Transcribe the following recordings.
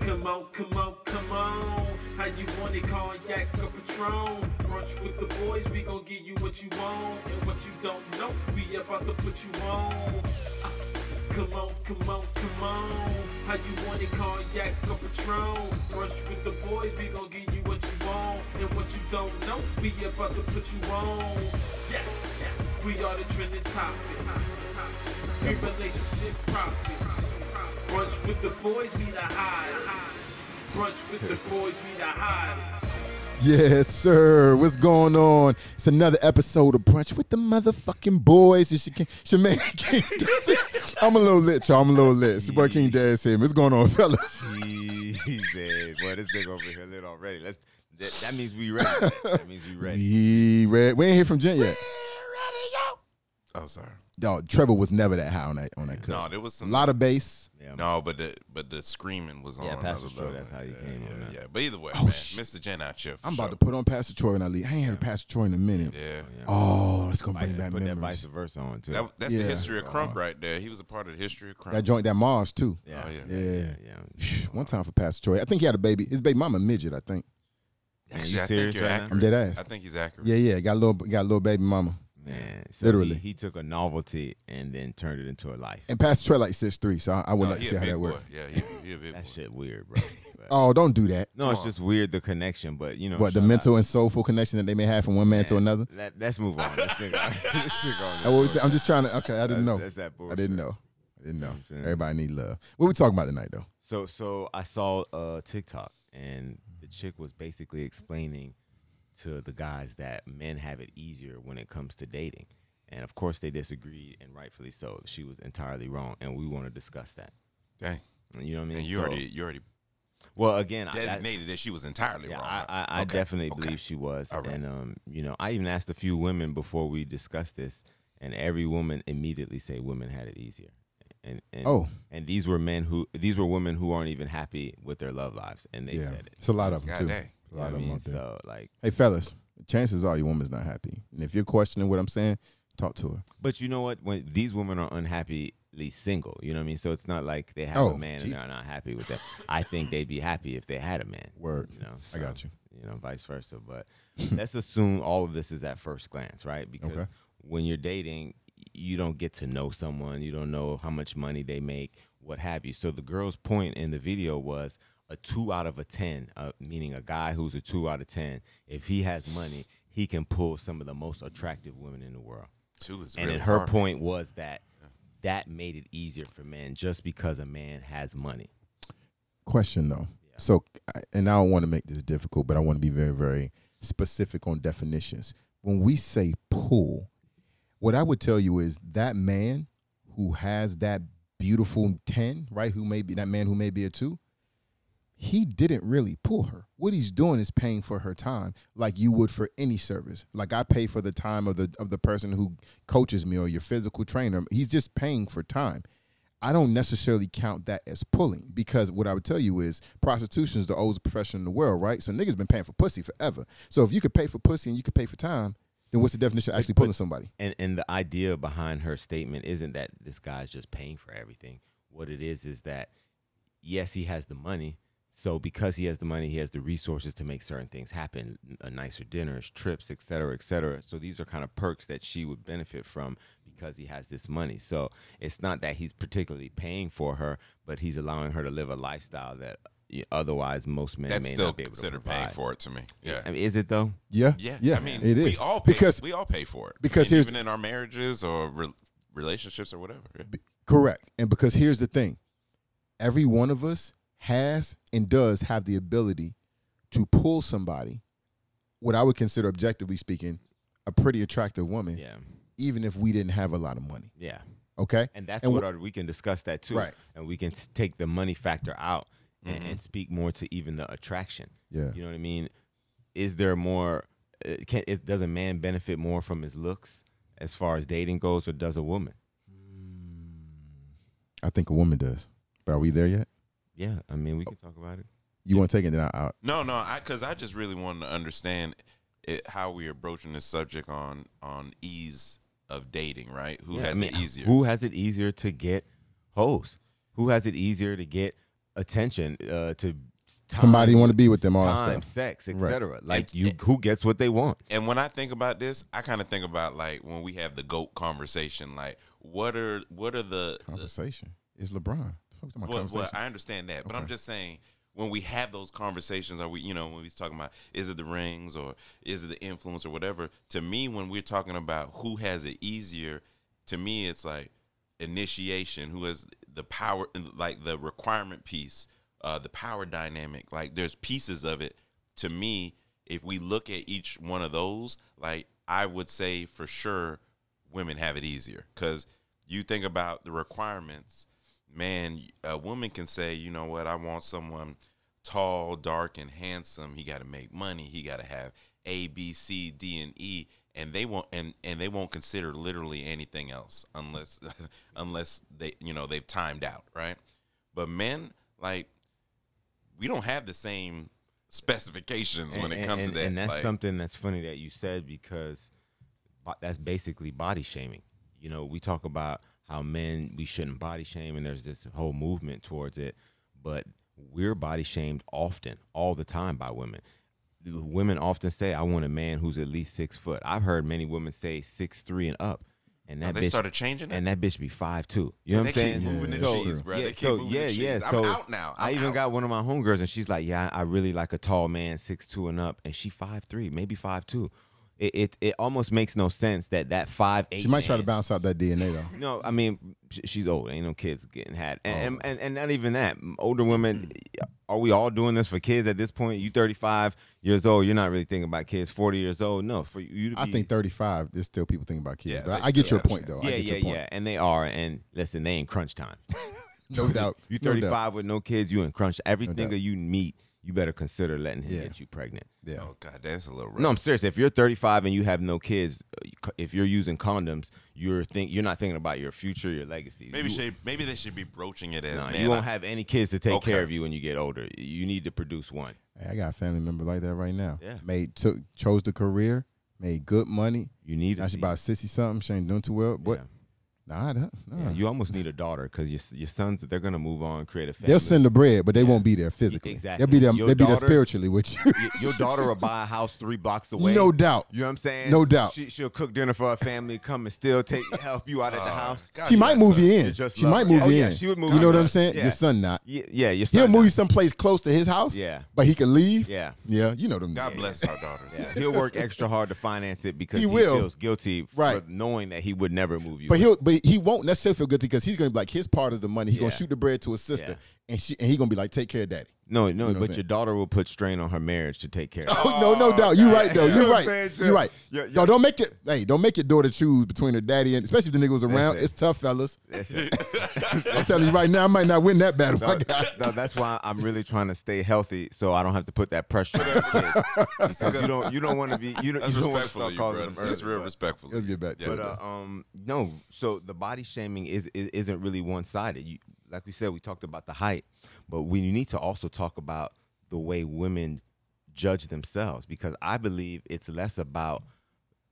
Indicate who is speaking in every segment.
Speaker 1: Come on, come on, come on. How you want it, cognac or Patron? Brunch with the boys, we gon' give you what you want. And what you don't know, we about to put you on. Ah, Come on, come on, come on. How you want it, cognac or Patron? Brunch with the boys, we gon' give you what you want. And what you don't know, we about to put you on. Yes, we are the trending topic. Free relationship profits. Brunch with the boys, we the highest. Brunch with the boys, we the highest.
Speaker 2: Yes, sir. What's going on? It's another episode of Brunch with the motherfucking boys. It's your, King- it's your man, King Daz. I'm a little lit, y'all. I'm a little lit. It's your boy, King Daz here. What's going on, fellas?
Speaker 3: Easy, boy. This nigga over here lit already. Let's. That, that means we ready. That means we ready.
Speaker 2: We, read, we ain't hear from Jen yet.
Speaker 4: Oh, sorry.
Speaker 2: Dog, Trevor was never that high on that on that
Speaker 4: No,
Speaker 2: cut.
Speaker 4: there was
Speaker 2: A
Speaker 4: some.
Speaker 2: lot of bass.
Speaker 3: Yeah,
Speaker 4: No, but the but the screaming was on.
Speaker 3: Yeah, Pastor
Speaker 4: another
Speaker 3: Stroh,
Speaker 4: level.
Speaker 3: that's how you
Speaker 4: yeah,
Speaker 3: came
Speaker 4: yeah,
Speaker 3: on that.
Speaker 4: Yeah, but either way,
Speaker 2: Oh,
Speaker 4: man,
Speaker 2: shit.
Speaker 4: Mr. Jen out here. For
Speaker 2: I'm
Speaker 4: sure.
Speaker 2: about to put on Pastor Troy when I leave. I ain't heard Pastor Troy in a minute.
Speaker 4: Yeah,
Speaker 3: yeah.
Speaker 2: Oh, it's gonna bring
Speaker 3: Vice,
Speaker 2: back
Speaker 3: put that
Speaker 2: memories.
Speaker 3: vice versa on too.
Speaker 4: that, that's
Speaker 2: Yeah. Uh-huh.
Speaker 4: the history of Crump right there. He was a part of the history of Crump.
Speaker 2: That joint, that Mars too.
Speaker 3: yeah.
Speaker 4: Oh,
Speaker 3: yeah,
Speaker 4: yeah.
Speaker 2: Yeah.
Speaker 3: yeah.
Speaker 2: One time for Pastor Troy. I think he had a baby. His baby mama midget, I think.
Speaker 3: Man,
Speaker 4: Actually,
Speaker 3: you
Speaker 4: I think
Speaker 3: serious
Speaker 4: you're
Speaker 3: right now?
Speaker 2: I'm
Speaker 4: accurate.
Speaker 2: dead ass.
Speaker 4: I think he's accurate.
Speaker 2: Yeah, yeah. Got a little got a little baby mama.
Speaker 3: Man, so
Speaker 2: Literally.
Speaker 3: he, he took a novelty and then turned it into a life.
Speaker 2: And Pastor Troy like six three, so I, I would
Speaker 3: Oh,
Speaker 4: No,
Speaker 2: like to
Speaker 4: he
Speaker 2: see
Speaker 4: a
Speaker 2: how
Speaker 4: big
Speaker 2: that
Speaker 4: boy.
Speaker 2: works.
Speaker 4: Yeah, he, he a big
Speaker 3: That
Speaker 4: boy.
Speaker 3: shit weird, bro. But-
Speaker 2: Oh, don't do that.
Speaker 3: no, it's just weird the connection, but you know
Speaker 2: What the
Speaker 3: shout
Speaker 2: mental and soulful connection that they may have from one man to
Speaker 3: Man,
Speaker 2: another.
Speaker 3: out. Let, let's move on. Let's think on Let's think on
Speaker 2: I
Speaker 3: this
Speaker 2: am just trying to. Okay, I didn't know.
Speaker 3: That's that
Speaker 2: I
Speaker 3: bullshit.
Speaker 2: didn't know. I didn't
Speaker 3: know
Speaker 2: know.
Speaker 3: what I'm saying?
Speaker 2: Everybody need love. What we talking about tonight though?
Speaker 3: So so I saw uh TikTok and
Speaker 4: Mm-hmm.
Speaker 3: the chick was basically explaining to the guys that men have it easier when it comes to dating. And of course they disagreed and rightfully so. She was entirely wrong and we want to discuss that.
Speaker 4: Dang,
Speaker 3: You know what I mean?
Speaker 4: and you
Speaker 3: So-
Speaker 4: already you already
Speaker 3: Well, again, I, that-
Speaker 4: designated that she was entirely
Speaker 3: yeah,
Speaker 4: wrong.
Speaker 3: I,
Speaker 4: right?
Speaker 3: I, I
Speaker 4: Okay,
Speaker 3: definitely
Speaker 4: okay.
Speaker 3: believe she was.
Speaker 4: All right.
Speaker 3: And um, you know, I even asked a few women before we discussed this, and every woman immediately say women had it easier. And, and
Speaker 2: Oh.
Speaker 3: and these were men who these were women who aren't even happy with their love lives, and they
Speaker 2: yeah,
Speaker 3: said it.
Speaker 2: it's a lot of them
Speaker 4: God
Speaker 2: too.
Speaker 4: dang.
Speaker 2: A lot
Speaker 3: I
Speaker 2: of them
Speaker 3: mean,
Speaker 2: out there.
Speaker 3: so like,
Speaker 2: Hey fellas, chances are your woman's not happy, and if you're questioning what I'm saying, talk to her.
Speaker 3: but you know what? When these women are unhappily single, you know what I mean. So it's not like they have
Speaker 2: Oh,
Speaker 3: a man and
Speaker 2: Jesus.
Speaker 3: they're not happy with that. I think they'd be happy if they had a man.
Speaker 2: Word.
Speaker 3: You know,
Speaker 2: I got
Speaker 3: so,
Speaker 2: you.
Speaker 3: You know, vice versa. But let's assume all of this is at first glance, right? Because
Speaker 2: Okay.
Speaker 3: when you're dating, you don't get to know someone. You don't know how much money they make, what have you. So the girl's point in the video was a two out of a ten, uh, meaning a guy who's a two out of ten. If he has money, he can pull some of the most attractive women in the world.
Speaker 4: Two is
Speaker 3: And
Speaker 4: really
Speaker 3: then her
Speaker 4: hard.
Speaker 3: point was that that made it easier for men just because a man has money.
Speaker 2: Question though. So, I- and I don't want to make this difficult, but I want to be very, very specific on definitions. When we say pull, what I would tell you is that man who has that beautiful 10, right? Who may be that man who may be a two, he didn't really pull her. What he's doing is paying for her time like you would for any service. Like I pay for the time of the of the person who coaches me or your physical trainer. He's just paying for time. I don't necessarily count that as pulling because what I would tell you is prostitution is the oldest profession in the world, right? So niggas been paying for pussy forever. So if you could pay for pussy and you could pay for time, then what's the definition of actually pulling somebody?
Speaker 3: and and the idea behind her statement isn't that this guy's just paying for everything. What it is is that yes, he has the money. So because he has the money, he has the resources to make certain things happen, a nicer dinners, trips, et cetera, et cetera. So these are kind of perks that she would benefit from because he has this money. So it's not that he's particularly paying for her, but he's allowing her to live a lifestyle that yeah, otherwise most men
Speaker 4: That's
Speaker 3: may
Speaker 4: still
Speaker 3: not be able to
Speaker 4: considered
Speaker 3: provide.
Speaker 4: paying for it to me. Yeah.
Speaker 3: I mean, is it though?
Speaker 2: Yeah,
Speaker 4: Yeah,
Speaker 2: yeah.
Speaker 4: I mean,
Speaker 2: it is
Speaker 4: we all pay,
Speaker 2: because
Speaker 4: we all pay for it
Speaker 2: because
Speaker 4: And
Speaker 2: here's-
Speaker 4: even in our marriages or re- relationships or whatever. yeah.
Speaker 2: correct, and because here's the thing: every one of us has and does have the ability to pull somebody, what I would consider objectively speaking, a pretty attractive woman,
Speaker 3: Yeah,
Speaker 2: even if we didn't have a lot of money.
Speaker 3: yeah.
Speaker 2: Okay,
Speaker 3: and that's
Speaker 2: And
Speaker 3: what
Speaker 2: wh-
Speaker 3: our, we can discuss that too,
Speaker 2: Right.
Speaker 3: and we can s- take the money factor out and,
Speaker 4: Mm-hmm.
Speaker 3: and speak more to even the attraction.
Speaker 2: Yeah.
Speaker 3: you know what I mean. Is there more? uh, Can, is, does a man benefit more from his looks as far as dating goes, or does a woman?
Speaker 2: I think a woman does, but are we there yet?
Speaker 3: Yeah, I mean, we can talk about it.
Speaker 2: You want to take it? Then I, I,
Speaker 4: No, no, I because I just really want to understand it, how we are approaching this subject on on ease of dating, right? Who
Speaker 3: Yeah,
Speaker 4: has
Speaker 3: I mean,
Speaker 4: it easier?
Speaker 3: Who has it easier to get hoes? Who has it easier to get attention uh, to s- time,
Speaker 2: Somebody wanna be with them, all that
Speaker 3: time,
Speaker 2: stuff.
Speaker 3: sex,
Speaker 2: Right.
Speaker 3: etc. Like
Speaker 4: It-
Speaker 3: you,
Speaker 4: it-
Speaker 3: who gets what they want?
Speaker 4: And when I think about this, I kind of think about like when we have the goat conversation. Like, what are what are the, the
Speaker 2: Conversation. It's LeBron. The fuck's my
Speaker 4: Well,
Speaker 2: conversation?
Speaker 4: well, I understand that, but I'm
Speaker 2: Okay.
Speaker 4: just saying when we have those conversations, are we, you know, when we're talking about is it the rings or is it the influence or whatever? To me, when we're talking about who has it easier, to me, it's like initiation, who has the power, like the requirement piece, uh, the power dynamic. Like there's pieces of it. To me, if we look at each one of those, like I would say for sure, women have it easier because you think about the requirements man, a woman can say, you know what, I want someone tall, dark, and handsome. He got to make money. He got to have A, B, C, D, and E, and they won't and and they won't consider literally anything else unless unless they you know they've timed out, right? But men like we don't have the same specifications when it comes
Speaker 3: and-
Speaker 4: to that.
Speaker 3: and that's
Speaker 4: like,
Speaker 3: something that's funny that you said because bo- that's basically body shaming. You know, we talk about how men we shouldn't body shame, and there's this whole movement towards it, but we're body shamed often, all the time by women. Women often say, "I want a man who's at least six foot." I've heard many women say six three and up, and that
Speaker 4: they
Speaker 3: bitch,
Speaker 4: started changing it?
Speaker 3: and that bitch be five two. You know
Speaker 4: they
Speaker 3: what I'm saying?
Speaker 4: keep moving the
Speaker 2: So-
Speaker 4: cheese, bro.
Speaker 3: yeah,
Speaker 4: they keep
Speaker 3: so,
Speaker 4: moving
Speaker 3: yeah,
Speaker 4: the cheese.
Speaker 3: yeah.
Speaker 4: I'm
Speaker 3: so
Speaker 4: out now.
Speaker 3: i
Speaker 4: I'm
Speaker 3: even
Speaker 4: out.
Speaker 3: got one of my homegirls, and she's like, "Yeah, I really like a tall man, six two and up," and she five three, maybe five two. It, it it almost makes no sense that that five eight.
Speaker 2: she might try to
Speaker 3: man-
Speaker 2: bounce out that DNA though.
Speaker 3: No, I mean sh- she's old. Ain't no kids getting had,
Speaker 4: Oh.
Speaker 3: and, and, and and not even that. Older women, are we all doing this for kids at this point? You thirty five years old, you're not really thinking about kids. Forty years old, no. For you to be,
Speaker 2: I think 35. There's still people thinking about kids.
Speaker 4: Yeah,
Speaker 2: but
Speaker 4: they
Speaker 2: I, I get
Speaker 4: still
Speaker 2: your
Speaker 4: have a
Speaker 2: point
Speaker 4: chance.
Speaker 2: though.
Speaker 3: yeah,
Speaker 2: I get
Speaker 3: yeah,
Speaker 2: your point.
Speaker 3: yeah, and they are. And listen, they ain't crunch time.
Speaker 2: No doubt.
Speaker 3: You
Speaker 2: No doubt.
Speaker 3: 35 with no kids, you in crunch. Every
Speaker 2: No doubt.
Speaker 3: nigga you meet, you better consider letting him
Speaker 2: Yeah.
Speaker 3: get you pregnant.
Speaker 2: Yeah.
Speaker 4: Oh god, that's a little rough.
Speaker 3: No, I'm serious. If you're 35 and you have no kids, uh, you c- if you're using condoms, you're think you're not thinking about your future, your legacy.
Speaker 4: Maybe
Speaker 3: you,
Speaker 4: should, maybe they should be broaching it as
Speaker 3: nah,
Speaker 4: man.
Speaker 3: you won't
Speaker 4: I-
Speaker 3: have any kids to take
Speaker 4: Okay.
Speaker 3: care of you when you get older. You need to produce one.
Speaker 2: Hey, I got a family member like that right now.
Speaker 3: Yeah.
Speaker 2: Made took chose the career, made good money.
Speaker 3: You need.
Speaker 2: Now
Speaker 3: to
Speaker 2: she's
Speaker 3: see-
Speaker 2: about 60 something. She ain't doing too well. But
Speaker 3: Yeah.
Speaker 2: nah, nah,
Speaker 3: Yeah,
Speaker 2: nah.
Speaker 3: you almost need a daughter because your s- your sons they're gonna move on, create a family.
Speaker 2: They'll send the bread, but they won't be there physically.
Speaker 3: exactly.
Speaker 2: They'll be there.
Speaker 3: Your
Speaker 2: they'll be
Speaker 3: daughter-
Speaker 2: there spiritually with you.
Speaker 3: Y- your daughter will buy a house three blocks away.
Speaker 2: no doubt.
Speaker 3: You know what I'm saying?
Speaker 2: No doubt.
Speaker 3: She, she'll cook dinner for her family, come and still take help you out at the house.
Speaker 4: God,
Speaker 2: She
Speaker 4: you
Speaker 2: might
Speaker 4: got
Speaker 2: move
Speaker 4: some-
Speaker 2: you
Speaker 3: You
Speaker 2: in.
Speaker 3: just
Speaker 2: She
Speaker 3: love
Speaker 2: might
Speaker 3: her.
Speaker 2: move
Speaker 3: Oh,
Speaker 2: you
Speaker 3: yeah,
Speaker 2: in.
Speaker 3: she would move
Speaker 2: You
Speaker 3: her
Speaker 2: know what
Speaker 3: in.
Speaker 2: I'm saying?
Speaker 3: Yeah.
Speaker 2: Your son not.
Speaker 3: Yeah, yeah your son
Speaker 2: He'll move
Speaker 3: does.
Speaker 2: you someplace close to his house.
Speaker 3: Yeah.
Speaker 2: But he can leave.
Speaker 3: Yeah.
Speaker 2: Yeah. You know them.
Speaker 4: God
Speaker 2: niggas.
Speaker 4: bless our daughters.
Speaker 3: Yeah, he'll work extra hard to finance it because
Speaker 2: He
Speaker 3: he,
Speaker 2: will.
Speaker 3: feels guilty
Speaker 2: Right.
Speaker 3: for knowing that he would never move you.
Speaker 2: But he'll but he won't necessarily feel guilty because he's gonna be like his part is the money. He's gonna
Speaker 3: Yeah.
Speaker 2: shoot the bread to his sister
Speaker 3: Yeah.
Speaker 2: and she and he gonna be like, take care of daddy.
Speaker 3: no, no,
Speaker 2: You know what I'm
Speaker 3: but
Speaker 2: saying?
Speaker 3: your daughter will put strain on her marriage to take care of. it.
Speaker 2: Oh, no, no doubt. You're right though.
Speaker 3: You know
Speaker 2: You're
Speaker 3: what
Speaker 2: right.
Speaker 3: I'm saying,
Speaker 2: You're
Speaker 3: Chip?
Speaker 2: right.
Speaker 3: Yeah,
Speaker 2: Yo,
Speaker 3: yeah.
Speaker 2: don't make it hey, don't make your daughter choose between her daddy and especially if the nigga was around.
Speaker 3: it.
Speaker 2: It's tough, fellas. I'm telling you right now, I might not win that battle. I got-
Speaker 3: No, that's why I'm really trying to stay healthy, so I don't have to put that pressure. on the kid. Because you don't, you don't want to be, you don't,
Speaker 4: That's
Speaker 3: you don't want to
Speaker 4: respectful of
Speaker 3: start
Speaker 4: you,
Speaker 3: calling
Speaker 4: bro.
Speaker 3: them early.
Speaker 4: That's real
Speaker 3: but-
Speaker 4: respectful.
Speaker 2: Let's get back to
Speaker 4: Yeah.
Speaker 2: it.
Speaker 3: But uh, um, no. So the body shaming is, is isn't really one sided. You like we said, we talked about the height, but we need to also talk about the way women judge themselves because I believe it's less about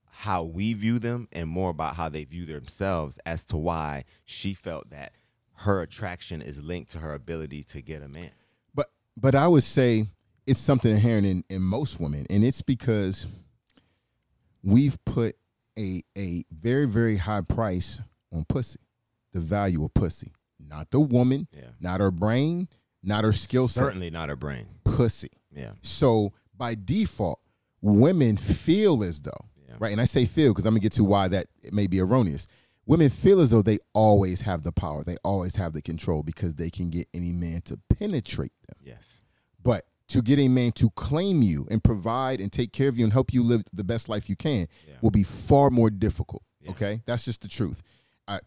Speaker 3: how we view them and more about how they view themselves as to why she felt that her attraction is linked to her ability to get a man.
Speaker 2: But but I would say it's something inherent in, in most women, and it's because we've put a a very very high price on pussy, the value of pussy, not the woman,
Speaker 3: Yeah.
Speaker 2: not her brain, not her skill set,
Speaker 3: Certainly not her brain.
Speaker 2: pussy.
Speaker 3: Yeah.
Speaker 2: So by default, women feel as though,
Speaker 3: Yeah.
Speaker 2: right? And I say feel because I'm gonna get to why that it may be erroneous. Women feel as though they always have the power, they always have the control because they can get any man to penetrate them.
Speaker 3: Yes.
Speaker 2: But to get a man to claim you and provide and take care of you and help you live the best life you can
Speaker 3: Yeah.
Speaker 2: will be far more difficult.
Speaker 3: Yeah.
Speaker 2: Okay, that's just the truth. I,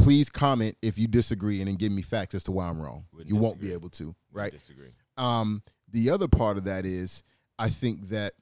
Speaker 2: please comment if you disagree and then give me facts as to why I'm wrong.
Speaker 3: Wouldn't
Speaker 2: you won't be
Speaker 3: disagree.
Speaker 2: able to, right?
Speaker 3: disagree.
Speaker 2: Um, the other part of that is I think that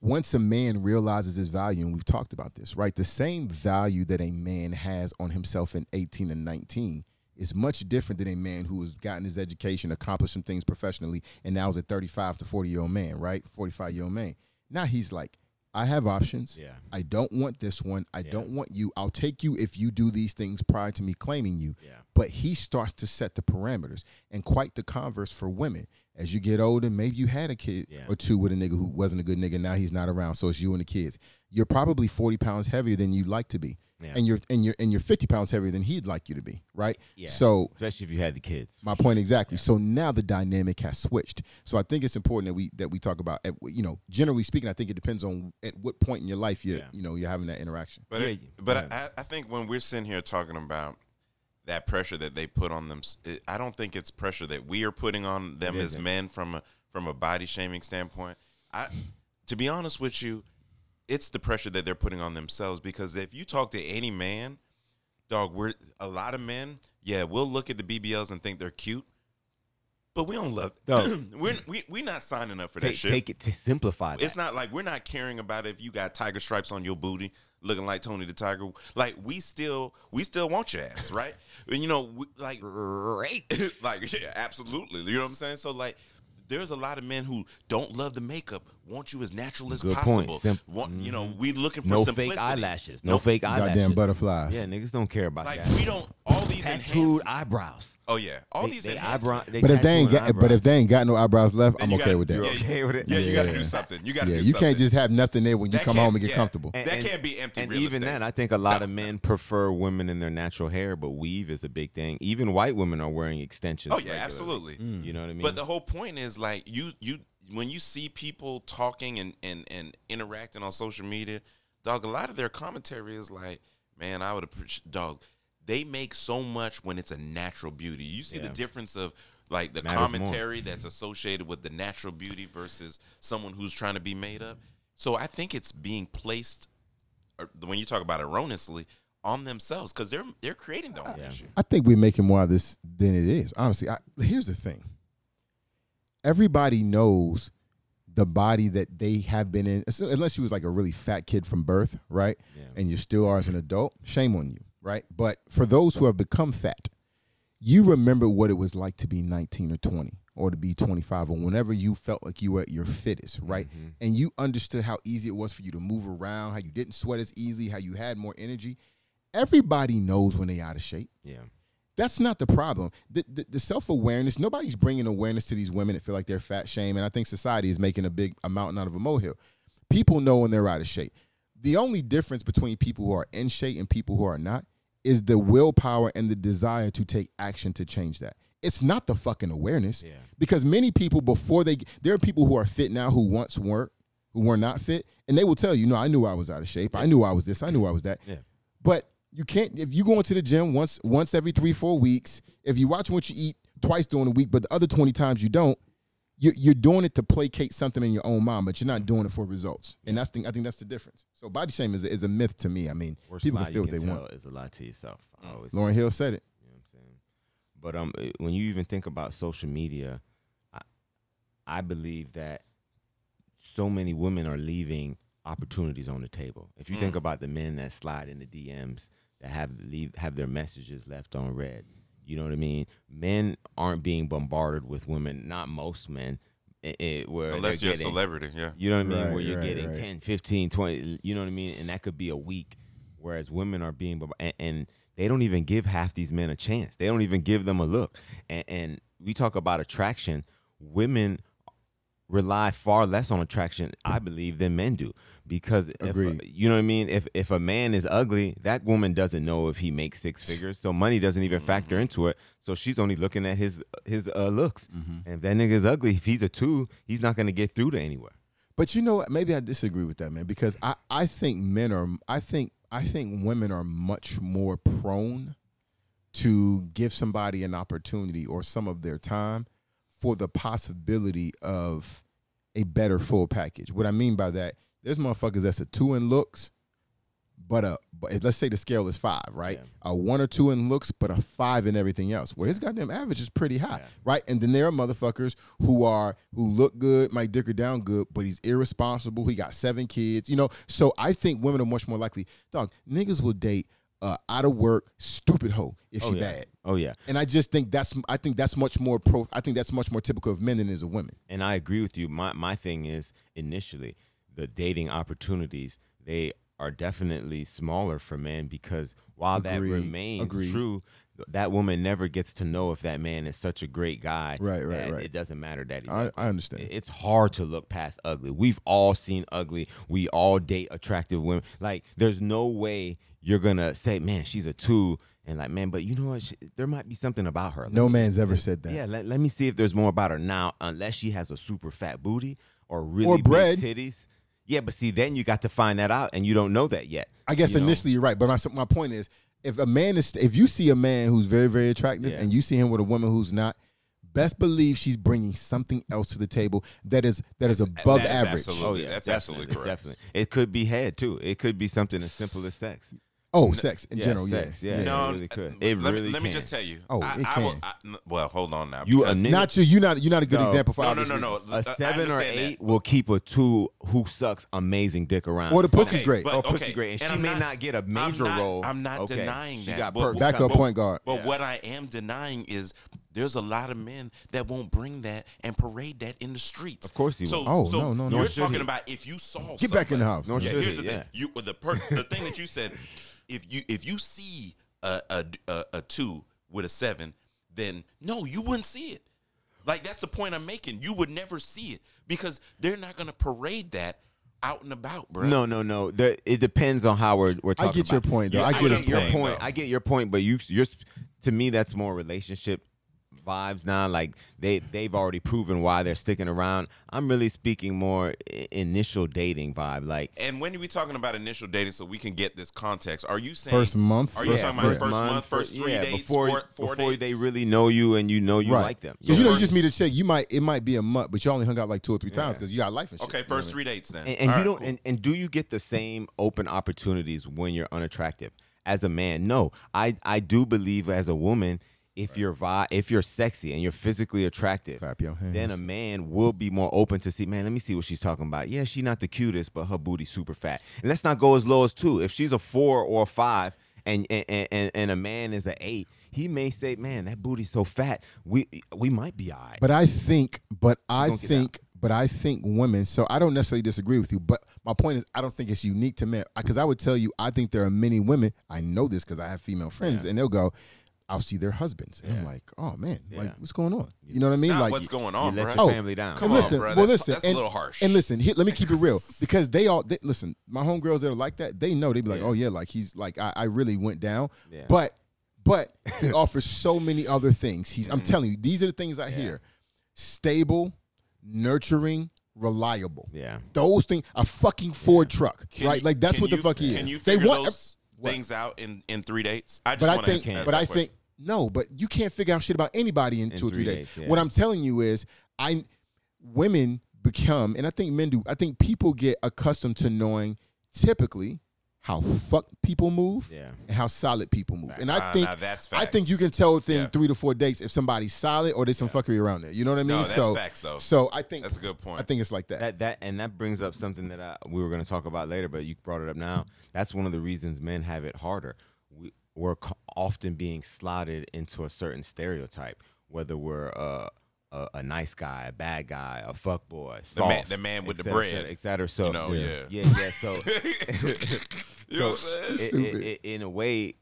Speaker 2: once a man realizes his value, and we've talked about this, right? The same value that a man has on himself in 18 and 19 is much different than a man who has gotten his education, accomplished some things professionally, and now is a 35 to 40 year old man, right? 45 year old man. Now he's like, I have options.
Speaker 3: Yeah.
Speaker 2: I don't want this one. I don't want you. I'll take you if you do these things prior to me claiming you.
Speaker 3: Yeah.
Speaker 2: but he starts to set the parameters and quite the converse for women as you get older maybe you had a kid
Speaker 3: Yeah.
Speaker 2: or two with a nigga who wasn't a good nigga now he's not around so it's you and the kids you're probably 40 pounds heavier than you'd like to be
Speaker 3: Yeah.
Speaker 2: and you're and you're and you're 50 pounds heavier than he'd like you to be right
Speaker 3: Yeah.
Speaker 2: so
Speaker 3: especially if you had the kids.
Speaker 2: my point exactly. So now the dynamic has switched. So I think it's important that we that we talk about. At, you know, generally speaking, I think it depends on at what point in your life you are
Speaker 3: Yeah.
Speaker 2: you know you're having that interaction.
Speaker 4: But
Speaker 3: Yeah,
Speaker 4: it-
Speaker 3: you-
Speaker 4: but
Speaker 3: yeah.
Speaker 4: I, I think when we're sitting here talking about that pressure that they put on them, it- I don't think it's pressure that we are putting on them
Speaker 3: It
Speaker 4: as
Speaker 3: isn't.
Speaker 4: men from a from a body shaming standpoint. I, to be honest with you, it's the pressure that they're putting on themselves because if you talk to any man, dog, we're a lot of men. Yeah, we'll look at the BBLs and think they're cute, but we don't love.
Speaker 3: No.
Speaker 4: we're we, we're not signing up for that
Speaker 3: take,
Speaker 4: shit.
Speaker 3: take it to simplify that.
Speaker 4: It's not like we're not caring about if you got tiger stripes on your booty, looking like Tony the Tiger. Like we still, we still want your ass, right? And you know, we, like, like, yeah, absolutely. You know what I'm saying? So like, there's a lot of men who don't love the makeup, want you as natural as
Speaker 3: Good point.
Speaker 4: possible.
Speaker 3: Sim-
Speaker 4: want, You know, we looking for
Speaker 3: no
Speaker 4: simplicity.
Speaker 3: fake eyelashes. No, fake eyelashes.
Speaker 2: Goddamn butterflies.
Speaker 3: Yeah, niggas don't care about
Speaker 4: Like
Speaker 3: that.
Speaker 4: we don't. All these
Speaker 3: Tattooed
Speaker 4: enhancements.
Speaker 3: eyebrows.
Speaker 4: Oh yeah, all
Speaker 3: They-
Speaker 4: these
Speaker 3: they
Speaker 4: enhancements.
Speaker 3: eyebrow-
Speaker 2: but if they ain't
Speaker 3: tattooing
Speaker 2: got, but
Speaker 3: eyebrows.
Speaker 2: if they ain't got no eyebrows left,
Speaker 4: Then
Speaker 2: I'm
Speaker 4: you
Speaker 2: okay
Speaker 4: gotta-
Speaker 2: with that.
Speaker 4: yeah,
Speaker 2: Yeah,
Speaker 4: you-
Speaker 3: Okay with it?
Speaker 4: Yeah, you got to
Speaker 2: Yeah.
Speaker 4: do something. You got to do
Speaker 2: you
Speaker 4: something.
Speaker 2: can't just have nothing there when you
Speaker 4: That
Speaker 2: come
Speaker 4: can't-
Speaker 2: home and get
Speaker 4: yeah.
Speaker 2: comfortable.
Speaker 4: And- That can't be empty
Speaker 3: And
Speaker 4: real
Speaker 3: even
Speaker 4: estate.
Speaker 3: then, I think a lot of men prefer women in their natural hair, but weave is a big thing. Even white women are wearing extensions.
Speaker 4: Oh yeah,
Speaker 3: regularly.
Speaker 4: absolutely. Mm.
Speaker 3: You know what I mean?
Speaker 4: But the whole point is like you you when you see people talking and and and interacting on social media, dog. A lot of their commentary is like, man, I would appreciate dog. They make so much when it's a natural beauty. You see the
Speaker 3: Yeah.
Speaker 4: difference of like the
Speaker 3: Matters more.
Speaker 4: commentary that's associated with the natural beauty versus someone who's trying to be made up. So I think it's being placed or when you talk about erroneously on themselves because they're they're creating their own
Speaker 3: Yeah.
Speaker 4: issue.
Speaker 2: I think we're making more of this than it is. Honestly, I, here's the thing. Everybody knows the body that they have been in, so- unless you was like a really fat kid from birth, right?
Speaker 3: Yeah.
Speaker 2: And you still are as an adult. Shame on you, right? But for those who have become fat, you remember what it was like to be 19 or 20 or to be 25 or whenever you felt like you were at your fittest, right? And you understood how easy it was for you to move around, how you didn't sweat as easily, how you had more energy. Everybody knows when they out of shape.
Speaker 3: yeah.
Speaker 2: That's not the problem. The, the, the self awareness, nobody's bringing awareness to these women that feel like they're fat shame. And I think society is making a big a mountain out of a molehill. People know when they're out of shape. The only difference between people who are in shape and people who are not is the willpower and the desire to take action to change that. It's not the fucking awareness.
Speaker 3: Yeah.
Speaker 2: Because many people before they there are people who are fit now who once weren't, who were not fit, and they will tell you, no, I knew I was out of shape. I knew I was this. I knew I was that.
Speaker 3: Yeah.
Speaker 2: But you can't if you go into the gym once once every three four weeks. If you watch what you eat twice during the week, but the other twenty times you don't, you're, you're doing it to placate something in your own mind, but you're not doing it for results. And that's the, I think that's the difference. So body shame is a, is a myth to me. I mean,
Speaker 3: Worst
Speaker 2: people
Speaker 3: lie
Speaker 2: can
Speaker 3: you
Speaker 2: feel what they
Speaker 3: can
Speaker 2: want.
Speaker 3: tell is a lie to yourself. I
Speaker 4: Mm.
Speaker 3: always
Speaker 2: Lauren Hill said it.
Speaker 3: You know what I'm saying? But um, it- when you even think about social media, I, I believe that so many women are leaving opportunities on the table. If you
Speaker 4: Mm.
Speaker 3: think about the men that slide in the DMs that have leave have their messages left on red, you know what I mean. Men aren't being bombarded with women. Not most men. eh, eh, where they're
Speaker 4: Unless you're a
Speaker 3: getting-
Speaker 4: celebrity, yeah.
Speaker 3: you know what I mean?
Speaker 2: Right,
Speaker 3: Where you're
Speaker 2: right,
Speaker 3: getting
Speaker 2: right.
Speaker 3: 10, 15, 20, you know what I mean? And that could be a week. Whereas women are being, and, and they don't even give half these men a chance. They don't even give them a look. And, and we talk about attraction. Women rely far less on attraction, I believe, than men do. Because if,
Speaker 2: Agreed.
Speaker 3: you know what I mean? If if a man is ugly, that woman doesn't know if he makes six figures. So money doesn't even factor
Speaker 2: mm-hmm.
Speaker 3: into it. So she's only looking at his his uh, looks.
Speaker 2: Mm-hmm.
Speaker 3: And if that nigga's ugly, if he's a two, he's not gonna get through to anywhere.
Speaker 2: But you know what? Maybe I disagree with that, man, because I, I think men are I think I think women are much more prone to give somebody an opportunity or some of their time for the possibility of a better full package. What I mean by that, there's motherfuckers that's a two in looks, but a but let's say the scale is five, right?
Speaker 3: Yeah.
Speaker 2: A one or two in looks, but a five in everything else. Well, his goddamn average is pretty high,
Speaker 3: Yeah.
Speaker 2: right? And then there are motherfuckers who are who look good, might dicker down good, but he's irresponsible. He got seven kids, you know. So I think women are much more likely. Dog, niggas will date uh, out of work, stupid hoe if she
Speaker 3: yeah.
Speaker 2: bad.
Speaker 3: Oh yeah.
Speaker 2: And I just think that's I think that's much more pro. I think that's much more typical of men than it is of women.
Speaker 3: And I agree with you. My my thing is initially the dating opportunities, they are definitely smaller for men because while that
Speaker 2: Agree.
Speaker 3: remains
Speaker 2: Agree.
Speaker 3: true, th- that woman never gets to know if that man is such a great guy.
Speaker 2: Right, right,
Speaker 3: that
Speaker 2: right.
Speaker 3: It doesn't matter that he
Speaker 2: I, I understand.
Speaker 3: it's hard to look past ugly. We've all seen ugly. We all date attractive women. Like, there's no way you're gonna say, "Man, she's a two. and like, "Man, but you know what? She, there might be something about her."
Speaker 2: no man's ever said that.
Speaker 3: Yeah, let, let me see if there's more about her now. Unless she has a super fat booty or really
Speaker 2: Or
Speaker 3: big
Speaker 2: bread.
Speaker 3: titties. Yeah, but see, then you got to find that out, and you don't know that yet.
Speaker 2: I guess
Speaker 3: you know?
Speaker 2: initially you're right, but my my point is, if a man is, if you see a man who's very very attractive,
Speaker 3: Yeah.
Speaker 2: and you see him with a woman who's not, best believe she's bringing something else to the table that is that is
Speaker 4: That's-
Speaker 2: above
Speaker 4: that is
Speaker 2: average.
Speaker 4: absolute-
Speaker 3: Oh yeah,
Speaker 4: That's
Speaker 3: definitely,
Speaker 4: absolutely correct.
Speaker 3: Definitely, it could be head too. It could be something as simple as sex.
Speaker 2: Oh, sex in
Speaker 3: yeah,
Speaker 2: general,
Speaker 3: sex,
Speaker 2: yeah,
Speaker 3: yeah.
Speaker 4: no,
Speaker 3: it really could.
Speaker 4: uh,
Speaker 3: It
Speaker 4: let,
Speaker 3: really
Speaker 4: me, let me
Speaker 3: can.
Speaker 4: just tell you.
Speaker 2: Oh,
Speaker 4: I,
Speaker 2: it
Speaker 4: I will,
Speaker 2: can.
Speaker 4: I, n- well, hold on now.
Speaker 3: You a
Speaker 4: because-
Speaker 3: nigga.
Speaker 2: Not you. You're not. You're not a good
Speaker 3: No.
Speaker 2: example for
Speaker 4: No, no,
Speaker 2: obvious
Speaker 4: no, no.
Speaker 2: reasons.
Speaker 4: I-
Speaker 3: a
Speaker 4: I
Speaker 3: seven or
Speaker 4: understand that.
Speaker 3: eight will keep a two who sucks amazing dick around.
Speaker 2: Or the pussy's
Speaker 4: Okay,
Speaker 2: great.
Speaker 4: but-
Speaker 3: Oh, pussy
Speaker 4: okay,
Speaker 3: great, and, she
Speaker 4: I'm
Speaker 3: may not, get a major
Speaker 4: I'm not-
Speaker 3: role.
Speaker 4: I'm not
Speaker 3: Okay,
Speaker 4: denying
Speaker 3: she
Speaker 4: that.
Speaker 3: got
Speaker 4: but-
Speaker 3: perks
Speaker 2: Back
Speaker 3: coming.
Speaker 2: up point guard.
Speaker 4: But
Speaker 3: Yeah.
Speaker 4: what I am denying is there's a lot of men that won't bring that and parade that in the streets.
Speaker 3: Of course he
Speaker 4: so,
Speaker 3: won't.
Speaker 2: Oh,
Speaker 4: so
Speaker 2: no, no, no.
Speaker 4: You're
Speaker 3: should
Speaker 4: talking
Speaker 3: he.
Speaker 4: about if you saw.
Speaker 2: Get back in the house.
Speaker 3: Nor
Speaker 4: Yeah,
Speaker 3: should
Speaker 4: here's
Speaker 3: he,
Speaker 4: the thing.
Speaker 3: yeah.
Speaker 4: You well, the per- the thing that you said. If you if you see a a, a a two with a seven, then no, you wouldn't see it. Like that's the point I'm making. You would never see it because they're not gonna parade that out and about, bro.
Speaker 3: No, no, no. The, it depends on how we're we're
Speaker 2: I
Speaker 3: talking.
Speaker 2: get your
Speaker 3: about it.
Speaker 2: point, though.
Speaker 4: You
Speaker 2: I
Speaker 4: see
Speaker 2: get
Speaker 4: what I'm
Speaker 2: your
Speaker 3: your
Speaker 4: saying,
Speaker 3: point.
Speaker 4: though.
Speaker 3: I get your point, but you you're sp- to me that's more relationship vibes now. Like they they've already proven why they're sticking around. I'm really speaking more i- initial dating vibe. Like
Speaker 4: And when are we talking about initial dating so we can get this context? Are you saying
Speaker 2: First month.
Speaker 4: Are you
Speaker 2: first
Speaker 4: talking
Speaker 2: month.
Speaker 4: about first month,
Speaker 3: fir-
Speaker 4: first three days,
Speaker 3: before
Speaker 4: four- four
Speaker 3: before
Speaker 4: days?
Speaker 3: they really know you and you know you like them.
Speaker 2: So
Speaker 3: Yeah.
Speaker 2: you know, you just meet a chick. You might it might be a month, but you only hung out like two or three times because you got life and shit.
Speaker 4: Okay,
Speaker 2: you know what I
Speaker 4: first
Speaker 2: mean?
Speaker 4: three dates then.
Speaker 3: And, and
Speaker 4: All
Speaker 3: you
Speaker 4: right,
Speaker 3: don't.
Speaker 4: cool.
Speaker 3: And, and do you get the same open opportunities when you're unattractive as a man? No, I I do believe as a woman, if you're vi- if you're sexy and you're physically attractive,
Speaker 2: Clap your hands.
Speaker 3: then a man will be more open to see. Man, let me see what she's talking about. Yeah, she's not the cutest, but her booty super fat. And let's not go as low as two. If she's a four or a five. And, and and and a man is a eight. He may say, "Man, that booty's so fat. We we might be all right."
Speaker 2: But I think, but I
Speaker 3: gonna get down.
Speaker 2: think, but I think women. So I don't necessarily disagree with you, but my point is, I don't think it's unique to men. Because I would tell you, I think there are many women. I know this because I have female friends, and they'll go, "I'll see their husbands," and I'm like, "Oh man, like
Speaker 3: Yeah.
Speaker 2: what's going on?" You know what I mean?
Speaker 4: Not
Speaker 2: like Oh,
Speaker 4: what's going
Speaker 3: you
Speaker 4: on,
Speaker 3: let
Speaker 4: bro? Oh,
Speaker 3: your family down.
Speaker 4: Come
Speaker 2: and
Speaker 4: on,
Speaker 2: listen,
Speaker 4: bruh.
Speaker 2: Well,
Speaker 4: That's-
Speaker 2: listen,
Speaker 4: that's a
Speaker 2: and,
Speaker 4: little harsh.
Speaker 2: And listen, here- let me keep it real because they all they, listen. My homegirls that are like that, they know they be like,
Speaker 3: Yeah.
Speaker 2: oh yeah, like he's like I, I really went down,
Speaker 3: Yeah.
Speaker 2: but but he offers so many other things. He's
Speaker 4: Mm-hmm.
Speaker 2: I'm telling you, these are the things I hear: stable, nurturing, reliable.
Speaker 3: Yeah.
Speaker 2: Those things, a fucking Ford truck,
Speaker 4: Can
Speaker 2: right?
Speaker 4: you-
Speaker 2: Like that's
Speaker 4: can
Speaker 2: what the
Speaker 4: you-
Speaker 2: fuck he
Speaker 4: Can
Speaker 2: is.
Speaker 4: you
Speaker 2: they
Speaker 4: figure
Speaker 2: want,
Speaker 4: those
Speaker 2: What?
Speaker 4: things out in in three dates? I just
Speaker 2: but I
Speaker 4: wanna
Speaker 2: think,
Speaker 4: ask
Speaker 2: but
Speaker 4: that
Speaker 2: I
Speaker 4: question.
Speaker 2: think no. But you can't figure out shit about anybody in, two or three days.
Speaker 3: days, yeah.
Speaker 2: What I'm telling you is, I women become, and I think men do. I think people get accustomed to knowing typically how fuck people move
Speaker 3: Yeah.
Speaker 2: and how solid people move. And I
Speaker 4: Ah,
Speaker 2: think
Speaker 4: now that's
Speaker 2: I think
Speaker 4: facts.
Speaker 2: you can tell within
Speaker 4: Yeah.
Speaker 2: three to four dates if somebody's solid or there's some fuckery around there. You know what I mean?
Speaker 4: No, that's
Speaker 2: so
Speaker 4: facts, though.
Speaker 2: So I think
Speaker 4: That's a good point.
Speaker 2: I think it's like that.
Speaker 3: that that and that brings up something that I, we were going to talk about later, but you brought it up now. That's one of the reasons men have it harder. We, we're co- often being slotted into a certain stereotype, whether we're a, a, a nice guy, a bad guy, a fuck boy,
Speaker 4: The man-
Speaker 3: soft,
Speaker 4: the man with
Speaker 3: et
Speaker 4: the
Speaker 3: cetera,
Speaker 4: bread.
Speaker 3: et cetera. So
Speaker 4: You know,
Speaker 3: yeah,
Speaker 4: yeah.
Speaker 3: yeah. yeah, so
Speaker 4: you know what
Speaker 3: so
Speaker 4: I'm saying?
Speaker 3: i- i-
Speaker 2: Stupid.
Speaker 3: i- in a way,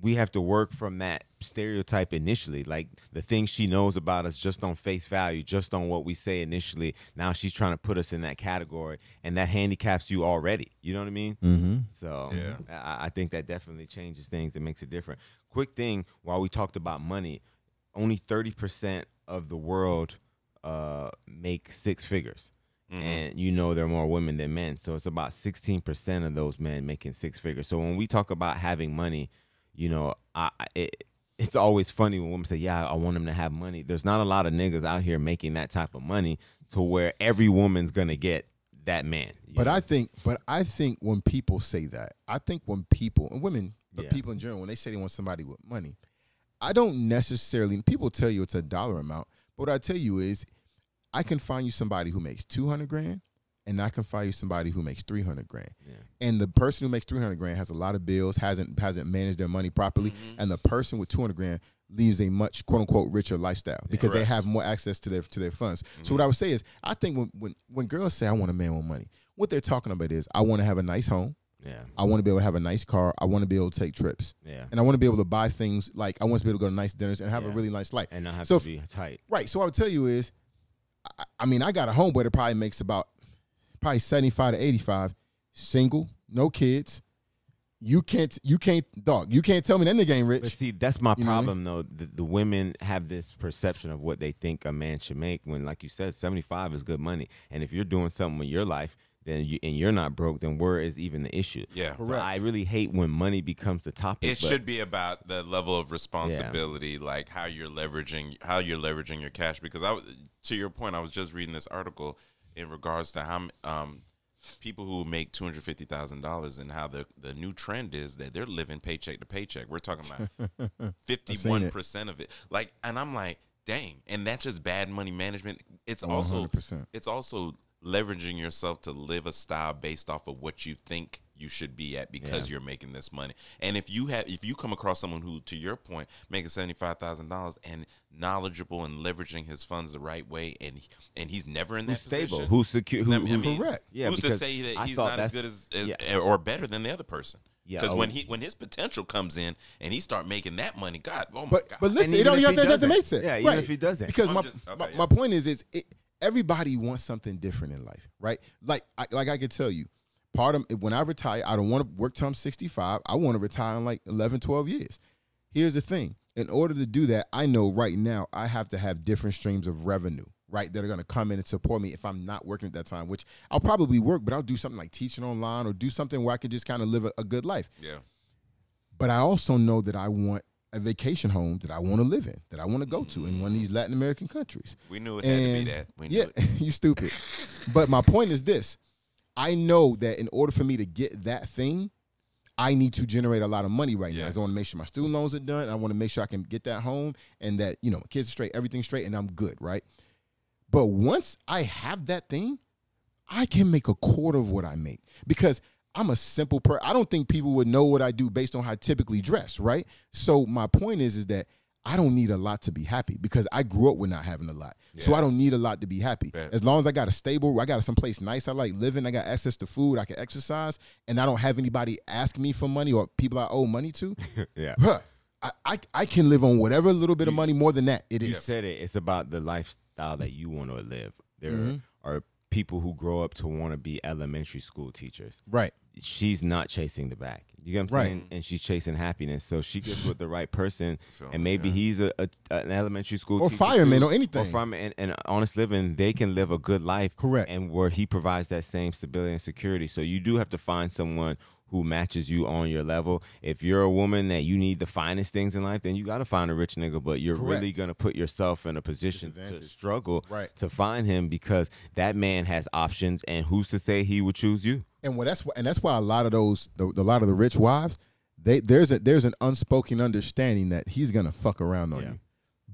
Speaker 3: we have to work from that stereotype initially. Like the things she knows about us just on face value, just on what we say initially. Now she's trying to put us in that category, and that handicaps you already. You know what I mean?
Speaker 2: mm-hmm.
Speaker 3: So
Speaker 4: Yeah.
Speaker 3: I, I think that definitely changes things. It makes it different. Quick thing while we talked about money, only 30% of the world uh, make six figures.
Speaker 2: Mm-hmm.
Speaker 3: And you know there are more women than men. So it's about 16% of those men making six figures. So when we talk about having money, you know, I I- it, it's always funny when women say, "Yeah, I want them to have money." There's not a lot of niggas out here making that type of money to where every woman's going to get that man. you
Speaker 2: But
Speaker 3: know?
Speaker 2: I think, but I think when people say that, I think when people and women, but
Speaker 3: Yeah.
Speaker 2: people in general, when they say they want somebody with money, I don't necessarily. People tell you it's a dollar amount, but what I tell you is, I can find you somebody who makes two hundred grand, and I can find you somebody who makes three hundred grand. And the person who makes three hundred grand has a lot of bills, hasn't hasn't managed their money properly,
Speaker 3: Mm-hmm.
Speaker 2: and the person with two hundred grand leaves a much quote unquote richer lifestyle because they
Speaker 4: Correct.
Speaker 2: have more access to their to their funds.
Speaker 3: Mm-hmm.
Speaker 2: So what I would say is, I think when when when girls say I want a man with money, what they're talking about is I want to have a nice home.
Speaker 3: Yeah.
Speaker 2: I want to be able to have a nice car. I want to be able to take trips.
Speaker 3: Yeah.
Speaker 2: And I want to be able to buy things like I want to be able to go to nice dinners and have a
Speaker 3: Yeah.
Speaker 2: really nice life.
Speaker 3: And not have
Speaker 2: So
Speaker 3: to
Speaker 2: if-
Speaker 3: be tight.
Speaker 2: Right. So what I would tell you is, I, I mean, I got a homeboy that probably makes about probably seventy five to eighty five, single, no kids. You can't, you can't, dog. You can't tell me that nigga ain't
Speaker 3: But
Speaker 2: rich.
Speaker 3: see, that's my
Speaker 2: You know what I mean?
Speaker 3: problem, though. The, the women have this perception of what they think a man should make. When, like you said, seventy five is good money, and if you're doing something with your life, then you and you're not broke, then where is even the issue?
Speaker 4: Yeah.
Speaker 3: So
Speaker 2: Correct.
Speaker 3: I really hate when money becomes the topic.
Speaker 4: It
Speaker 3: but-
Speaker 4: should be about the level of responsibility, like how you're leveraging how you're leveraging your cash. Because I, was- to your point, I was just reading this article in regards to how m- um, people who make two hundred fifty thousand dollars and how the the new trend is that they're living paycheck to paycheck. We're talking about fifty one percent of it. Like, and I'm like, dang, and that's just bad money management. It's also
Speaker 2: 100%.
Speaker 4: it's also leveraging yourself to live a style based off of what you think you should be at because you're making this money. And if you have if you come across someone who to your point making $75,000 and knowledgeable and leveraging his funds the right way and and he's never in that
Speaker 3: who's stable,
Speaker 4: position,
Speaker 3: who's secure, who,
Speaker 4: I mean- I
Speaker 3: who's-
Speaker 4: mean,
Speaker 2: Correct.
Speaker 3: Yeah,
Speaker 4: who's to
Speaker 3: because
Speaker 4: say that
Speaker 3: I
Speaker 4: he's
Speaker 3: thought
Speaker 4: not as good
Speaker 3: that's-
Speaker 4: as, as
Speaker 3: yeah.
Speaker 4: or better than the other person?
Speaker 3: Yeah,
Speaker 4: Because
Speaker 3: oh.
Speaker 4: when he when his potential comes in and he start making that money, God, oh my
Speaker 2: But
Speaker 4: God.
Speaker 2: but listen,
Speaker 3: And
Speaker 2: it don't
Speaker 3: even
Speaker 2: even have
Speaker 3: if
Speaker 2: to
Speaker 3: he
Speaker 2: have to make
Speaker 3: doesn't.
Speaker 2: sense.
Speaker 3: Yeah, even if he doesn't.
Speaker 2: Because
Speaker 4: I'm
Speaker 2: my,
Speaker 4: just- okay,
Speaker 2: my,
Speaker 4: yeah.
Speaker 2: my point is is it, everybody wants something different in life, right? Like I, like I could tell you, part of when I retire, I don't want to work till I'm 65. I want to retire in like 11, 12 years. Here's the thing: in order to do that, I know right now I have to have different streams of revenue. Right, that are going to come in and support me if I'm not working at that time, which I'll probably work, but I'll do something like teaching online or do something where I could just kind of live a, a good life
Speaker 4: yeah.
Speaker 2: but I also know that I want a vacation home that I want to live in, that I want to go to in one of these Latin American countries.
Speaker 4: Mm. We knew it had to
Speaker 2: And
Speaker 4: be that. We knew
Speaker 2: yeah,
Speaker 4: it.
Speaker 2: you stupid. but my point is this: I know that in order for me to get that thing, I need to generate a lot of money right now.
Speaker 4: Yeah.
Speaker 2: 'Cause I want to make sure my student loans are done. I want to make sure I can get that home and that you know my kids are straight, everything's straight, and I'm good, right? But once I have that thing, I can make a quarter of what I make because I'm a simple person. I don't think people would know what I do based on how I typically dress, right? So my point is, is that I don't need a lot to be happy because I grew up with not having a lot. So I don't need a lot to be happy.
Speaker 4: Bet.
Speaker 2: As long as I got a stable, I got someplace nice I like living, I got access to food, I can exercise, and I don't have anybody asking me for money or people I owe money to,
Speaker 3: yeah.
Speaker 2: huh, I, I, I can live on whatever little bit of money more than that it
Speaker 3: You
Speaker 2: is.
Speaker 3: said it. It's about the lifestyle that you want to live. There
Speaker 2: Mm-hmm.
Speaker 3: are people who grow up to want to be elementary school teachers.
Speaker 2: Right.
Speaker 3: She's not chasing the back. You get what I'm
Speaker 2: Right.
Speaker 3: saying? And she's chasing happiness. So she gets with the right person,
Speaker 4: Feel
Speaker 3: and
Speaker 4: me,
Speaker 3: maybe
Speaker 4: yeah.
Speaker 3: he's a, a an elementary school
Speaker 2: Or
Speaker 3: teacher
Speaker 2: fireman
Speaker 3: too,
Speaker 2: or anything.
Speaker 3: or fireman. And, and honest living, they can live a good life,
Speaker 2: Correct.
Speaker 3: And where he provides that same stability and security. So you do have to find someone who matches you on your level. If you're a woman that you need the finest things in life, then you got to find a rich nigga. But you're really
Speaker 2: Correct.
Speaker 3: gonna put yourself in a position to
Speaker 2: Disadvantage.
Speaker 3: struggle
Speaker 2: Right.
Speaker 3: to find him because that man has options, and who's to say he would choose you?
Speaker 2: and well, that's wh- and that's why a lot of those the, a lot of the rich wives they there's a there's an unspoken understanding that he's gonna fuck around on
Speaker 3: Yeah.
Speaker 2: you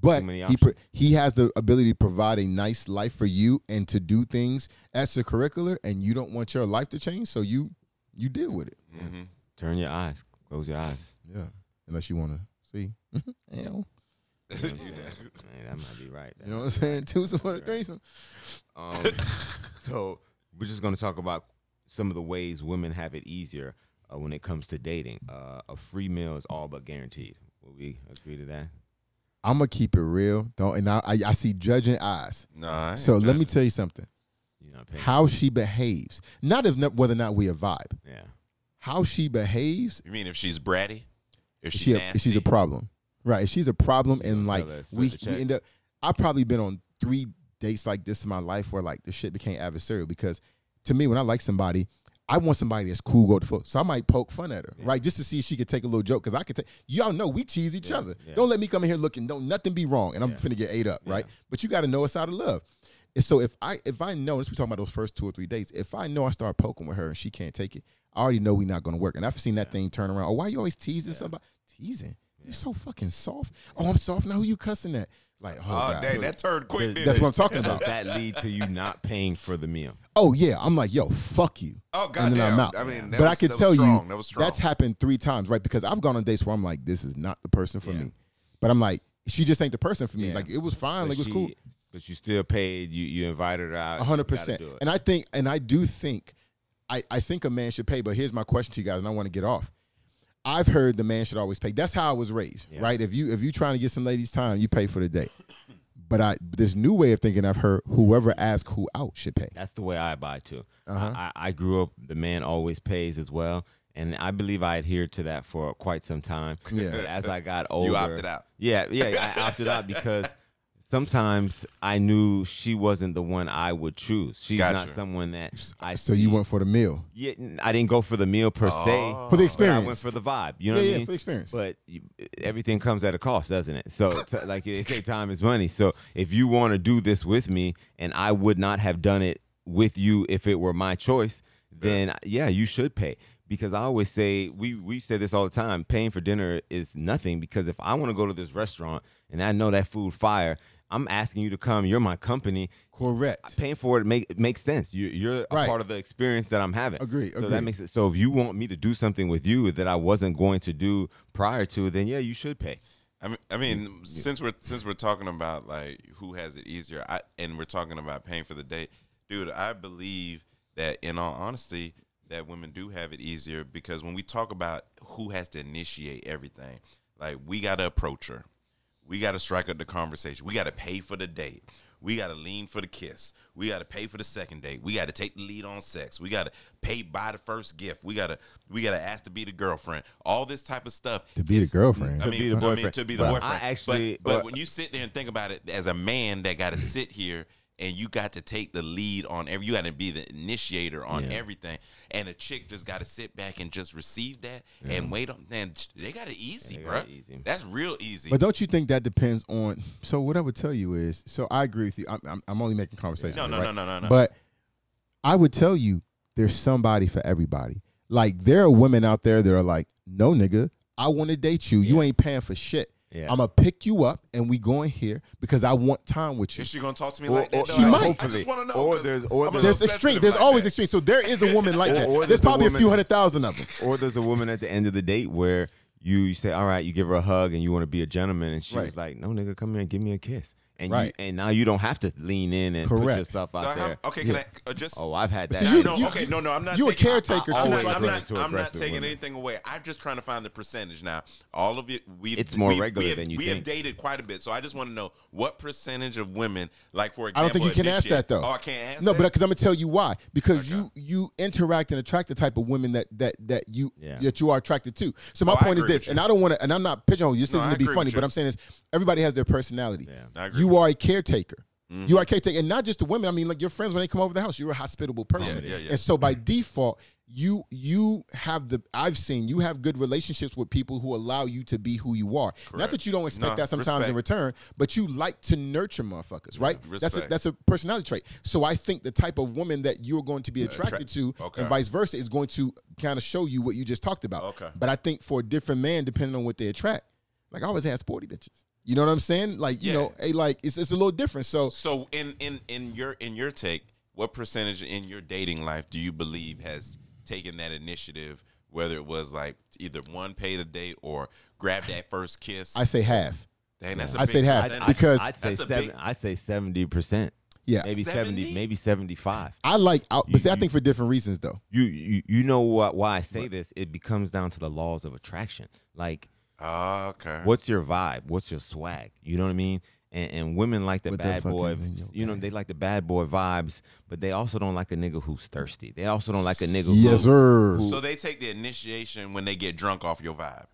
Speaker 2: but
Speaker 3: Too many
Speaker 2: he pro- he has the ability to provide a nice life for you and to do things extracurricular and you don't want your life to change so you you deal with it
Speaker 4: hmm
Speaker 3: Turn your eyes, close your eyes.
Speaker 2: yeah unless you want to see you know
Speaker 3: You know what I'm saying? Man, that might be right.
Speaker 2: you know what i'm saying two some for the threesome
Speaker 3: Um, so we're just going to talk about some of the ways women have it easier uh, when it comes to dating. Uh, a free meal is all but guaranteed. Will we agree to that?
Speaker 2: i'm gonna keep it real don't and I, I i see judging eyes
Speaker 4: No, I ain't
Speaker 2: so let me
Speaker 4: judging.
Speaker 2: tell you something
Speaker 3: You're not paying.
Speaker 2: how she behaves not if not, whether or not we a vibe
Speaker 3: Yeah.
Speaker 2: how she behaves
Speaker 4: You mean if she's bratty?
Speaker 2: if
Speaker 4: If she's
Speaker 2: she a, if
Speaker 4: nasty?
Speaker 2: she's a problem, right? If she's a problem, and
Speaker 3: gonna
Speaker 2: like
Speaker 3: tell her, split
Speaker 2: we,
Speaker 3: the
Speaker 2: we
Speaker 3: check.
Speaker 2: end up, I've probably been on three dates like this in my life where like the shit became adversarial because to me, when I like somebody, I want somebody that's cool, go to flow. So I might poke fun at her, right, just to see if she could take a little joke because I could take. Y'all know we cheese each other.
Speaker 3: yeah.
Speaker 2: Don't let me come in here looking don't nothing be wrong, and I'm finna get ate up, right? But you got to know it's out of love. And so if I if I know this, we talking about those first two or three dates. If I know I start poking with her and she can't take it, I already know we not gonna work. And I've seen that thing turn around. Oh, why you always teasing somebody? Teasing? You so fucking soft. Oh, I'm soft now. Who you cussing at? Like, oh,
Speaker 4: Oh,
Speaker 2: God.
Speaker 4: dang, that turned
Speaker 3: Does-
Speaker 4: quick. didn't
Speaker 2: that's
Speaker 4: it?
Speaker 2: what I'm talking
Speaker 3: Does
Speaker 2: about.
Speaker 3: that lead to you not paying for the meal?
Speaker 2: Oh yeah, I'm like, yo, fuck you.
Speaker 4: Oh,
Speaker 2: And then
Speaker 4: goddamn.
Speaker 2: I'm out.
Speaker 4: I mean, that
Speaker 2: but I
Speaker 4: was-
Speaker 2: can
Speaker 4: that was
Speaker 2: tell
Speaker 4: strong.
Speaker 2: you
Speaker 4: That was strong.
Speaker 2: that's happened three times, right? Because I've gone on dates where I'm like, this is not the person for
Speaker 3: Yeah.
Speaker 2: me. But I'm like, she just ain't the person for me.
Speaker 3: Yeah.
Speaker 2: Like it was fine,
Speaker 3: But
Speaker 2: like it was
Speaker 3: she-
Speaker 2: cool.
Speaker 3: But you still paid. You you invited her out.
Speaker 2: A
Speaker 3: you
Speaker 2: hundred
Speaker 3: gotta
Speaker 2: percent.
Speaker 3: do it.
Speaker 2: And I think, and I do think, I, I think a man should pay, but here's my question to you guys, and I want to get off. I've heard the man should always pay. That's how I was raised,
Speaker 3: Yeah.
Speaker 2: right? If you if you trying to get some ladies' time, you pay for the date. But I this new way of thinking I've heard whoever asks who out should pay.
Speaker 3: That's the way I abide too.
Speaker 2: Uh-huh.
Speaker 3: I, I I grew up the man always pays as well, and I believe I adhered to that for quite some time.
Speaker 2: Yeah.
Speaker 3: But as I got older,
Speaker 4: You opted out.
Speaker 3: Yeah, yeah, I opted out because sometimes I knew she wasn't the one I would choose. She's not
Speaker 4: Gotcha.
Speaker 3: someone that I.
Speaker 2: So you
Speaker 3: see-
Speaker 2: went for the meal.
Speaker 3: Yeah, n- I didn't go for the meal per
Speaker 4: Oh.
Speaker 3: se.
Speaker 2: For the
Speaker 3: but I
Speaker 2: experience.
Speaker 3: went for the vibe. You know
Speaker 2: yeah,
Speaker 3: what I
Speaker 2: yeah,
Speaker 3: mean?
Speaker 2: for the experience.
Speaker 3: But you, everything comes at a cost, doesn't it? So, t- like they say, time is money. So, if you want to do this with me, and I would not have done it with you if it were my choice, then yeah, you should pay. Because I always say we we say this all the time: paying for dinner is nothing. Because if I want to go to this restaurant and I know that food fire, I'm asking you to come. You're my company.
Speaker 2: Correct.
Speaker 3: Paying for it make it makes sense. You, you're a
Speaker 2: Right.
Speaker 3: part of the experience that I'm having.
Speaker 2: Agree,
Speaker 3: So
Speaker 2: agree.
Speaker 3: that makes it. So if you want me to do something with you that I wasn't going to do prior to, then yeah, you should pay.
Speaker 4: I mean, I mean,
Speaker 2: Mm,
Speaker 4: since we're since we're talking about like who has it easier, I and we're talking about paying for the date, dude. I believe that in all honesty, that women do have it easier because when we talk about who has to initiate everything, like we got to approach her, we got to strike up the conversation, we got to pay for the date, we got to lean for the kiss, we got to pay for the second date, we got to take the lead on sex, we got to pay by the first gift, we got to we got to ask to be the girlfriend, all this type of stuff
Speaker 2: To be the
Speaker 4: It's-
Speaker 2: girlfriend.
Speaker 4: I
Speaker 3: To
Speaker 4: mean,
Speaker 3: be the
Speaker 4: I mean,
Speaker 3: boyfriend.
Speaker 4: to be the
Speaker 3: But I
Speaker 4: boyfriend. But-
Speaker 3: actually-
Speaker 4: but,
Speaker 3: but- Mm.
Speaker 4: when you sit there and think about it, as a man that got to sit here and you got to take the lead on every, you got to be the initiator on everything, and a chick just got to sit back and just receive that and wait on. Then they got it easy,
Speaker 3: they
Speaker 4: bro.
Speaker 3: got it easy.
Speaker 4: That's real easy.
Speaker 2: But don't you think that depends on? So what I would tell you is, so I agree with you. I'm, I'm, I'm only making conversation.
Speaker 4: No,
Speaker 2: here,
Speaker 4: no,
Speaker 2: right?
Speaker 4: no, no, no, no.
Speaker 2: But I would tell you, there's somebody for everybody. Like there are women out there that are like, no, nigga, I want to date you. You ain't paying for shit.
Speaker 3: Yeah.
Speaker 2: I'm gonna pick you up and we going here because I want time with you.
Speaker 4: Is she gonna talk to me
Speaker 5: Or-
Speaker 4: like that?
Speaker 5: or-
Speaker 4: though?
Speaker 2: she
Speaker 4: I-
Speaker 2: might.
Speaker 4: I
Speaker 5: Hopefully.
Speaker 4: just want to know.
Speaker 5: Or
Speaker 4: 'cause
Speaker 5: there's- or
Speaker 4: I'm a
Speaker 5: there's-
Speaker 2: There's
Speaker 4: little
Speaker 2: extreme.
Speaker 4: sensitive
Speaker 2: There's
Speaker 4: like
Speaker 2: always
Speaker 4: that.
Speaker 2: extreme. So there is a woman like
Speaker 5: Or-
Speaker 2: that.
Speaker 5: or
Speaker 2: There's,
Speaker 5: there's a
Speaker 2: probably a,
Speaker 5: woman
Speaker 2: few
Speaker 5: that-
Speaker 2: hundred thousand of them.
Speaker 3: Or there's a woman at the end of the date where you, you say, "All right," you give her a hug and you want to be a gentleman, and she was
Speaker 2: Right.
Speaker 3: like, "No, nigga, come here and give me a kiss." And
Speaker 2: Right.
Speaker 3: you, and now you don't have to lean in and put
Speaker 2: Correct.
Speaker 3: yourself out
Speaker 4: Uh, how-
Speaker 3: there.
Speaker 4: Okay, can I uh, just?
Speaker 3: Oh, I've had that.
Speaker 2: See,
Speaker 4: No,
Speaker 2: you-
Speaker 4: no, okay, no, no, I'm not.
Speaker 2: you a
Speaker 4: taking-
Speaker 2: caretaker,
Speaker 4: I, I,
Speaker 2: too,
Speaker 4: I'm
Speaker 2: so I
Speaker 4: not, I'm
Speaker 2: think-
Speaker 4: not,
Speaker 3: to
Speaker 4: I'm not
Speaker 3: aggressive
Speaker 4: taking
Speaker 3: women.
Speaker 4: anything away. I'm just trying to find the percentage now. All of you, we
Speaker 3: It's more
Speaker 4: we,
Speaker 3: regular
Speaker 4: we have,
Speaker 3: than you
Speaker 4: We have
Speaker 3: think.
Speaker 4: dated quite a bit, so I just want to know what percentage of women, like for
Speaker 2: I
Speaker 4: example,
Speaker 2: don't think you can ask that
Speaker 4: initiate-
Speaker 2: though.
Speaker 4: Oh, I can't ask.
Speaker 2: No,
Speaker 4: that?
Speaker 2: but because I'm gonna tell you why. Because
Speaker 4: Okay.
Speaker 2: you you interact and attract the type of women that that that you
Speaker 3: Yeah.
Speaker 2: that you are attracted to. So my
Speaker 4: Oh, I
Speaker 2: point is
Speaker 4: agree
Speaker 2: this,
Speaker 4: with
Speaker 2: and I don't want to, and I'm not pigeonholing. you. This
Speaker 4: No,
Speaker 2: isn't
Speaker 4: I
Speaker 2: to be
Speaker 4: agree
Speaker 2: funny,
Speaker 4: with
Speaker 2: but
Speaker 4: you.
Speaker 2: I'm saying is everybody has their personality.
Speaker 3: Yeah.
Speaker 4: I agree
Speaker 2: You
Speaker 4: with Mm-hmm.
Speaker 2: are a caretaker. You are a caretaker, and not just to women. I mean, like your friends when they come over the house, you're a hospitable person,
Speaker 4: yeah, yeah. Mm-hmm.
Speaker 2: and so by default, you you have the. I've seen you have good relationships with people who allow you to be who you are. Not
Speaker 4: Correct.
Speaker 2: that you don't expect
Speaker 4: No,
Speaker 2: that sometimes in
Speaker 4: respect.
Speaker 2: return, but you like to nurture motherfuckers, right? that's a,
Speaker 4: respect.
Speaker 2: that's a personality trait. So I think the type of woman that you're going to be attracted to,
Speaker 4: okay.
Speaker 2: and vice versa, is going to kind of show you what you just talked about.
Speaker 4: Okay.
Speaker 2: But I think for a different man, depending on what they attract, like I always had sporty bitches. You know what I'm saying? Like you
Speaker 4: Yeah.
Speaker 2: know, hey, like it's it's a little different. So
Speaker 4: So in in in your in your take, what percentage in your dating life do you believe has taken that initiative? Whether it was like either one pay the date or grab that first kiss.
Speaker 2: I say half.
Speaker 4: Dang, that's a
Speaker 2: I
Speaker 4: big
Speaker 2: said half,
Speaker 4: percentage.
Speaker 2: because-
Speaker 3: I'd say
Speaker 4: That's a
Speaker 3: seven.
Speaker 4: big-
Speaker 3: I'd say seventy percent.
Speaker 2: Yeah,
Speaker 3: Maybe
Speaker 4: 70?
Speaker 3: seventy. Maybe seventy-five.
Speaker 2: I like out, but
Speaker 3: You-
Speaker 2: see, I
Speaker 3: you-
Speaker 2: think for different reasons though.
Speaker 3: you you, you know what, why I say this? It becomes down to the laws of attraction. Like,
Speaker 4: Ah, okay.
Speaker 3: what's your vibe? What's your swag? You know what I mean? And, and women like the
Speaker 2: What the
Speaker 3: bad
Speaker 2: fuck
Speaker 3: boy.
Speaker 2: is in your
Speaker 3: You know, they like the bad boy vibes, but they also don't like a nigga who's thirsty. They also don't like a nigga.
Speaker 2: Yes,
Speaker 3: who,
Speaker 2: sir.
Speaker 4: So they take the initiation when they get drunk off your vibe.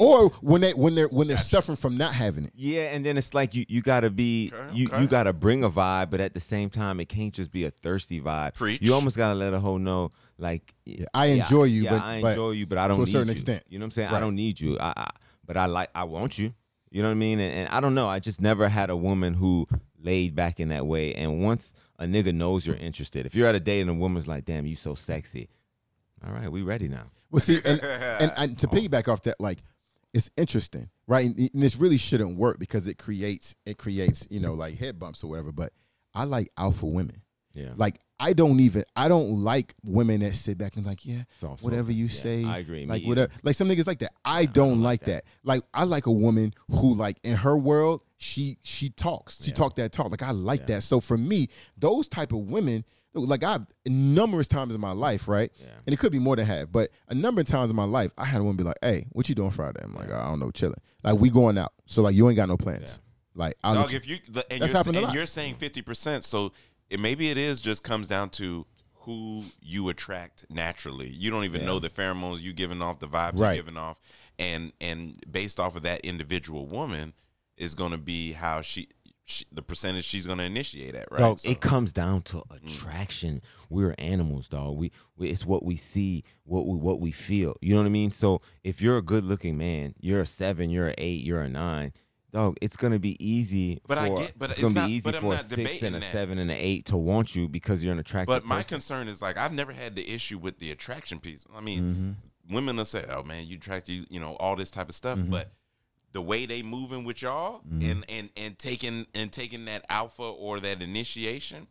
Speaker 2: Or when they when they're when they're suffering from not having it.
Speaker 3: Yeah, and then it's like you you gotta be
Speaker 4: Okay,
Speaker 3: you
Speaker 4: okay.
Speaker 3: you gotta bring a vibe, but at the same time, it can't just be a thirsty vibe.
Speaker 4: Preach.
Speaker 3: You almost gotta let a hoe know like
Speaker 2: I enjoy you,
Speaker 3: yeah,
Speaker 2: but-
Speaker 3: I
Speaker 2: but
Speaker 3: enjoy you, but I don't
Speaker 2: to a
Speaker 3: need
Speaker 2: certain
Speaker 3: you.
Speaker 2: extent.
Speaker 3: You know what I'm saying?
Speaker 2: Right.
Speaker 3: I don't need you. I, I but I like I want you. You know what I mean? And, and I don't know. I just never had a woman who laid back in that way. And once a nigga knows you're interested, if you're at a date and a woman's like, "Damn, you so sexy," all right, we ready now.
Speaker 2: Well, see, and, and, and to piggyback off that, like, it's interesting, right? And, and this really shouldn't work because it creates it creates you know like head bumps or whatever. But I like alpha women.
Speaker 3: Yeah.
Speaker 2: Like I don't even I don't like women that sit back and like, yeah,
Speaker 3: Soft
Speaker 2: whatever
Speaker 3: spoken.
Speaker 2: you
Speaker 3: Yeah,
Speaker 2: say.
Speaker 3: I agree. Me
Speaker 2: Like
Speaker 3: either.
Speaker 2: whatever. Like some niggas like that. I don't, like that. Like I like a woman who like in her world she she talks. She talk that talk. Like I like that. So for me, those type of women. Like I've numerous times in my life, right? And it could be more than half, but a number of times in my life, I had a woman be like, "Hey, what you doing Friday?" I'm like, "I don't know, chilling." Like we going out, so like you ain't got no plans. Like I'll
Speaker 4: Dog,
Speaker 2: let you-
Speaker 4: if you the, and,
Speaker 2: That's
Speaker 4: you're,
Speaker 2: happened a
Speaker 4: and
Speaker 2: lot.
Speaker 4: you're saying fifty percent, so it, maybe it is just comes down to who you attract naturally. You don't even know the pheromones you giving off, the vibes
Speaker 2: Right.
Speaker 4: you're giving off, and and based off of that individual woman is going to be how she, she the percentage she's going to initiate at, right?
Speaker 3: Dog,
Speaker 4: So- Mm.
Speaker 3: it comes down to attraction. We're animals, dog. We, we it's what we see, what we what we feel. You know what I mean? So if you're a good looking man, you're a seven, you're a eight, you're a nine, dog. It's gonna be easy.
Speaker 4: But I
Speaker 3: for-
Speaker 4: get- but
Speaker 3: it's,
Speaker 4: it's
Speaker 3: gonna
Speaker 4: not-
Speaker 3: be easy
Speaker 4: but I'm
Speaker 3: for a
Speaker 4: not
Speaker 3: six and
Speaker 4: debating
Speaker 3: a
Speaker 4: that.
Speaker 3: seven and an eight to want you because you're an attractive.
Speaker 4: But my
Speaker 3: person.
Speaker 4: concern is like I've never had the issue with the attraction piece. I mean,
Speaker 2: Mm-hmm.
Speaker 4: women will say, "Oh man, you attract you, you know, all this type of stuff," but the way they moving with y'all
Speaker 2: Mm-hmm.
Speaker 4: and and and taking and taking that alpha or that initiation,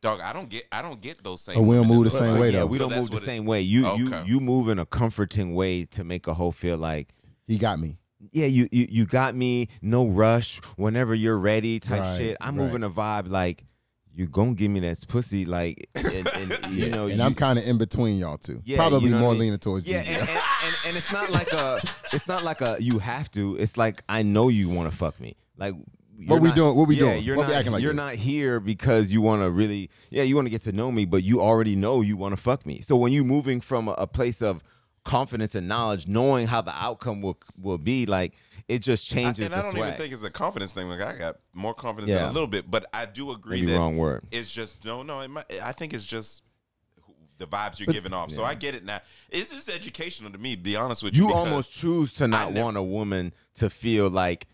Speaker 4: dog, I don't get I don't get those same.
Speaker 2: Oh, we don't
Speaker 4: women
Speaker 2: move
Speaker 4: in
Speaker 2: the
Speaker 4: my
Speaker 2: same
Speaker 4: life.
Speaker 2: way,
Speaker 3: yeah,
Speaker 2: though.
Speaker 3: we
Speaker 4: So
Speaker 3: don't
Speaker 4: that's
Speaker 3: move the
Speaker 4: what it-
Speaker 3: same way. You
Speaker 4: Okay.
Speaker 3: you you move in a comforting way to make a hoe feel like
Speaker 2: he got me.
Speaker 3: yeah, you, you you got me. No rush. Whenever you're ready, type
Speaker 2: Right,
Speaker 3: shit. I'm
Speaker 2: right.
Speaker 3: moving a vibe like you gonna give me that pussy, like and, and you know.
Speaker 2: and
Speaker 3: you,
Speaker 2: I'm kind of in between y'all two.
Speaker 3: yeah,
Speaker 2: Probably
Speaker 3: you know what
Speaker 2: more
Speaker 3: I mean?
Speaker 2: leaning towards
Speaker 3: yeah,
Speaker 2: Gigi.
Speaker 3: and, and, and, and it's not like a it's not like a you have to. It's like I know you want to fuck me. Like you're
Speaker 2: we
Speaker 3: not-
Speaker 2: doing- what we
Speaker 3: yeah,
Speaker 2: doing?
Speaker 3: You're
Speaker 2: What we
Speaker 3: not
Speaker 2: acting like
Speaker 3: you're
Speaker 2: this?
Speaker 3: not here because you want to really yeah you want to get to know me, but you already know you want to fuck me. So when you moving from a, a place of confidence and knowledge, knowing how the outcome will will be, like it just
Speaker 4: I-
Speaker 3: changes.
Speaker 4: and
Speaker 3: the
Speaker 4: I don't even
Speaker 3: swag.
Speaker 4: think it's a confidence thing. Like I got more confidence in
Speaker 3: Yeah.
Speaker 4: a little bit, but I do agree
Speaker 3: Maybe
Speaker 4: that
Speaker 3: wrong word.
Speaker 4: it's just no, no. It might, I think it's just who- the vibes you're giving off. So I get it now. This is educational to me. Be honest with you.
Speaker 3: You
Speaker 4: because-
Speaker 3: almost choose to not
Speaker 4: never-
Speaker 3: want a woman to feel like,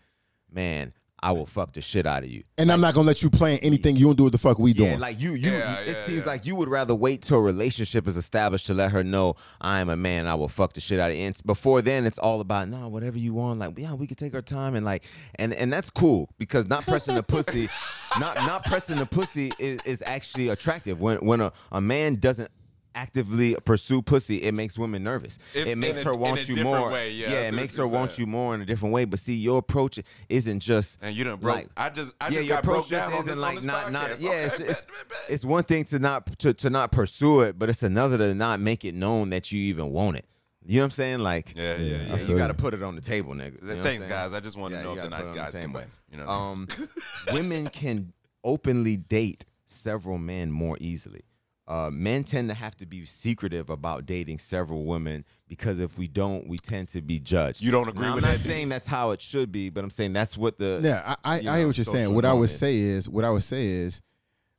Speaker 3: man, I will fuck the shit out of you.
Speaker 2: And I'm not gonna let you plan anything. You don't do what the fuck we
Speaker 3: Yeah,
Speaker 2: doing.
Speaker 3: like you, you.
Speaker 4: Yeah,
Speaker 3: it
Speaker 4: yeah,
Speaker 3: seems
Speaker 4: yeah.
Speaker 3: like you would rather wait till a relationship is established to let her know I am a man. I will fuck the shit out of you. And before then, it's all about nah, whatever you want. Like yeah, we can take our time and like, and and that's cool because not pressing the pussy, not not pressing the pussy is is actually attractive. When when a, a man doesn't actively pursue pussy it makes women nervous
Speaker 4: It's
Speaker 3: it makes
Speaker 4: in a-
Speaker 3: her
Speaker 4: in a
Speaker 3: want you
Speaker 4: different
Speaker 3: more
Speaker 4: way, yeah, I see
Speaker 3: it
Speaker 4: what
Speaker 3: makes her
Speaker 4: you're
Speaker 3: want
Speaker 4: saying.
Speaker 3: you more in a different way but see your approach isn't just
Speaker 4: And you done broke.
Speaker 3: like-
Speaker 4: I just, I
Speaker 3: yeah,
Speaker 4: just
Speaker 3: your
Speaker 4: got broke
Speaker 3: approach just
Speaker 4: down on
Speaker 3: isn't
Speaker 4: this,
Speaker 3: like
Speaker 4: on this
Speaker 3: not,
Speaker 4: podcast.
Speaker 3: not, yeah.
Speaker 4: Okay,
Speaker 3: it's,
Speaker 4: bet,
Speaker 3: it's,
Speaker 4: bet, bet.
Speaker 3: it's one thing to not to, to not pursue it, but it's another to not make it known that you even want it. You know what I'm saying? Like,
Speaker 4: Yeah, yeah, yeah.
Speaker 3: you got to put it on the table, nigga. You know what I'm
Speaker 4: Thanks,
Speaker 3: saying?
Speaker 4: guys. I just want
Speaker 3: Yeah,
Speaker 4: to know
Speaker 3: you
Speaker 4: if the
Speaker 3: gotta
Speaker 4: nice
Speaker 3: put it on
Speaker 4: guys
Speaker 3: the
Speaker 4: can
Speaker 3: same
Speaker 4: win. You know,
Speaker 3: Um, women can openly date several men more easily. Uh, men tend to have to be secretive about dating several women because if we don't, we tend to be judged.
Speaker 4: You don't agree
Speaker 3: Now,
Speaker 4: with
Speaker 3: I'm
Speaker 4: that,
Speaker 3: not
Speaker 4: do you?
Speaker 3: saying that's how it should be, but I'm saying that's what the
Speaker 2: Yeah, I, I,
Speaker 3: you
Speaker 2: I hear
Speaker 3: know,
Speaker 2: what you're saying.
Speaker 3: social
Speaker 2: What I
Speaker 3: norm
Speaker 2: would
Speaker 3: is.
Speaker 2: say is, what I would say is,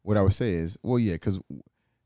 Speaker 2: what I would say is, well, yeah, because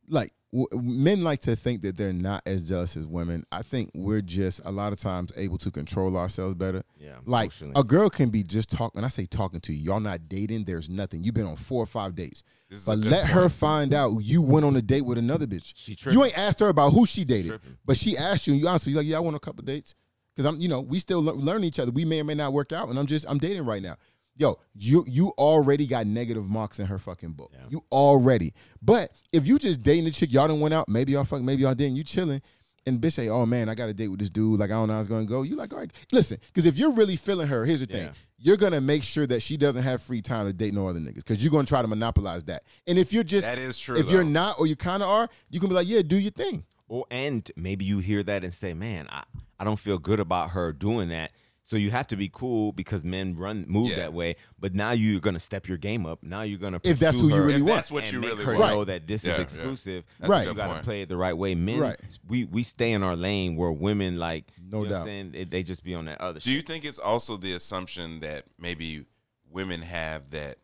Speaker 2: like w- men like to think that they're not as jealous as women. I think we're just a lot of times able to control ourselves better.
Speaker 3: Yeah,
Speaker 2: like
Speaker 3: emotionally.
Speaker 2: a girl can be just talking. When I say talking to you, y'all not dating. There's nothing. You've been on four or five dates,
Speaker 4: is
Speaker 2: but
Speaker 4: a good
Speaker 2: let her find out you went on a date with another bitch.
Speaker 3: She tripping.
Speaker 2: you ain't asked her about who she dated, but she asked you. And you honestly, you like, yeah, I went on a couple dates because I'm, you know, we still lear- learn each other. We may or may not work out, and I'm just, I'm dating right now. Yo, you you already got negative marks in her fucking book. You already. But if you just dating the chick, y'all done went out, maybe y'all fuck, maybe y'all didn't. You chilling, and bitch say, oh man, I got a date with this dude. Like I don't know how it's gonna go. You like, all right, listen, because if you're really feeling her, here's the thing. You're gonna make sure that she doesn't have free time to date no other niggas, because you're gonna try to monopolize that. And if you're just
Speaker 4: That is true,
Speaker 2: if you're
Speaker 4: though.
Speaker 2: not or you kind of are, you can be like, yeah, do your thing.
Speaker 3: Or and maybe you hear that and say, "Man, I, I don't feel good about her doing that." So you have to be cool because men run move
Speaker 4: Yeah.
Speaker 3: that way. But now you're gonna step your game up. Now you're gonna
Speaker 2: If that's who
Speaker 3: pursue
Speaker 2: you
Speaker 3: her
Speaker 2: really
Speaker 4: if
Speaker 2: want.
Speaker 4: that's what
Speaker 3: and
Speaker 4: you
Speaker 3: make
Speaker 4: really
Speaker 3: her
Speaker 4: want,
Speaker 3: know that this
Speaker 4: Yeah,
Speaker 3: is
Speaker 4: yeah.
Speaker 3: exclusive.
Speaker 4: That's
Speaker 2: Right.
Speaker 4: a
Speaker 3: You
Speaker 4: good
Speaker 3: gotta
Speaker 4: point.
Speaker 3: play it the right way. Men,
Speaker 2: Right.
Speaker 3: we we stay in our lane where women like
Speaker 2: No
Speaker 3: you know what I'm
Speaker 2: doubt.
Speaker 3: saying? They- they just be on that other.
Speaker 4: do
Speaker 3: shit.
Speaker 4: you think it's also the assumption that maybe women have that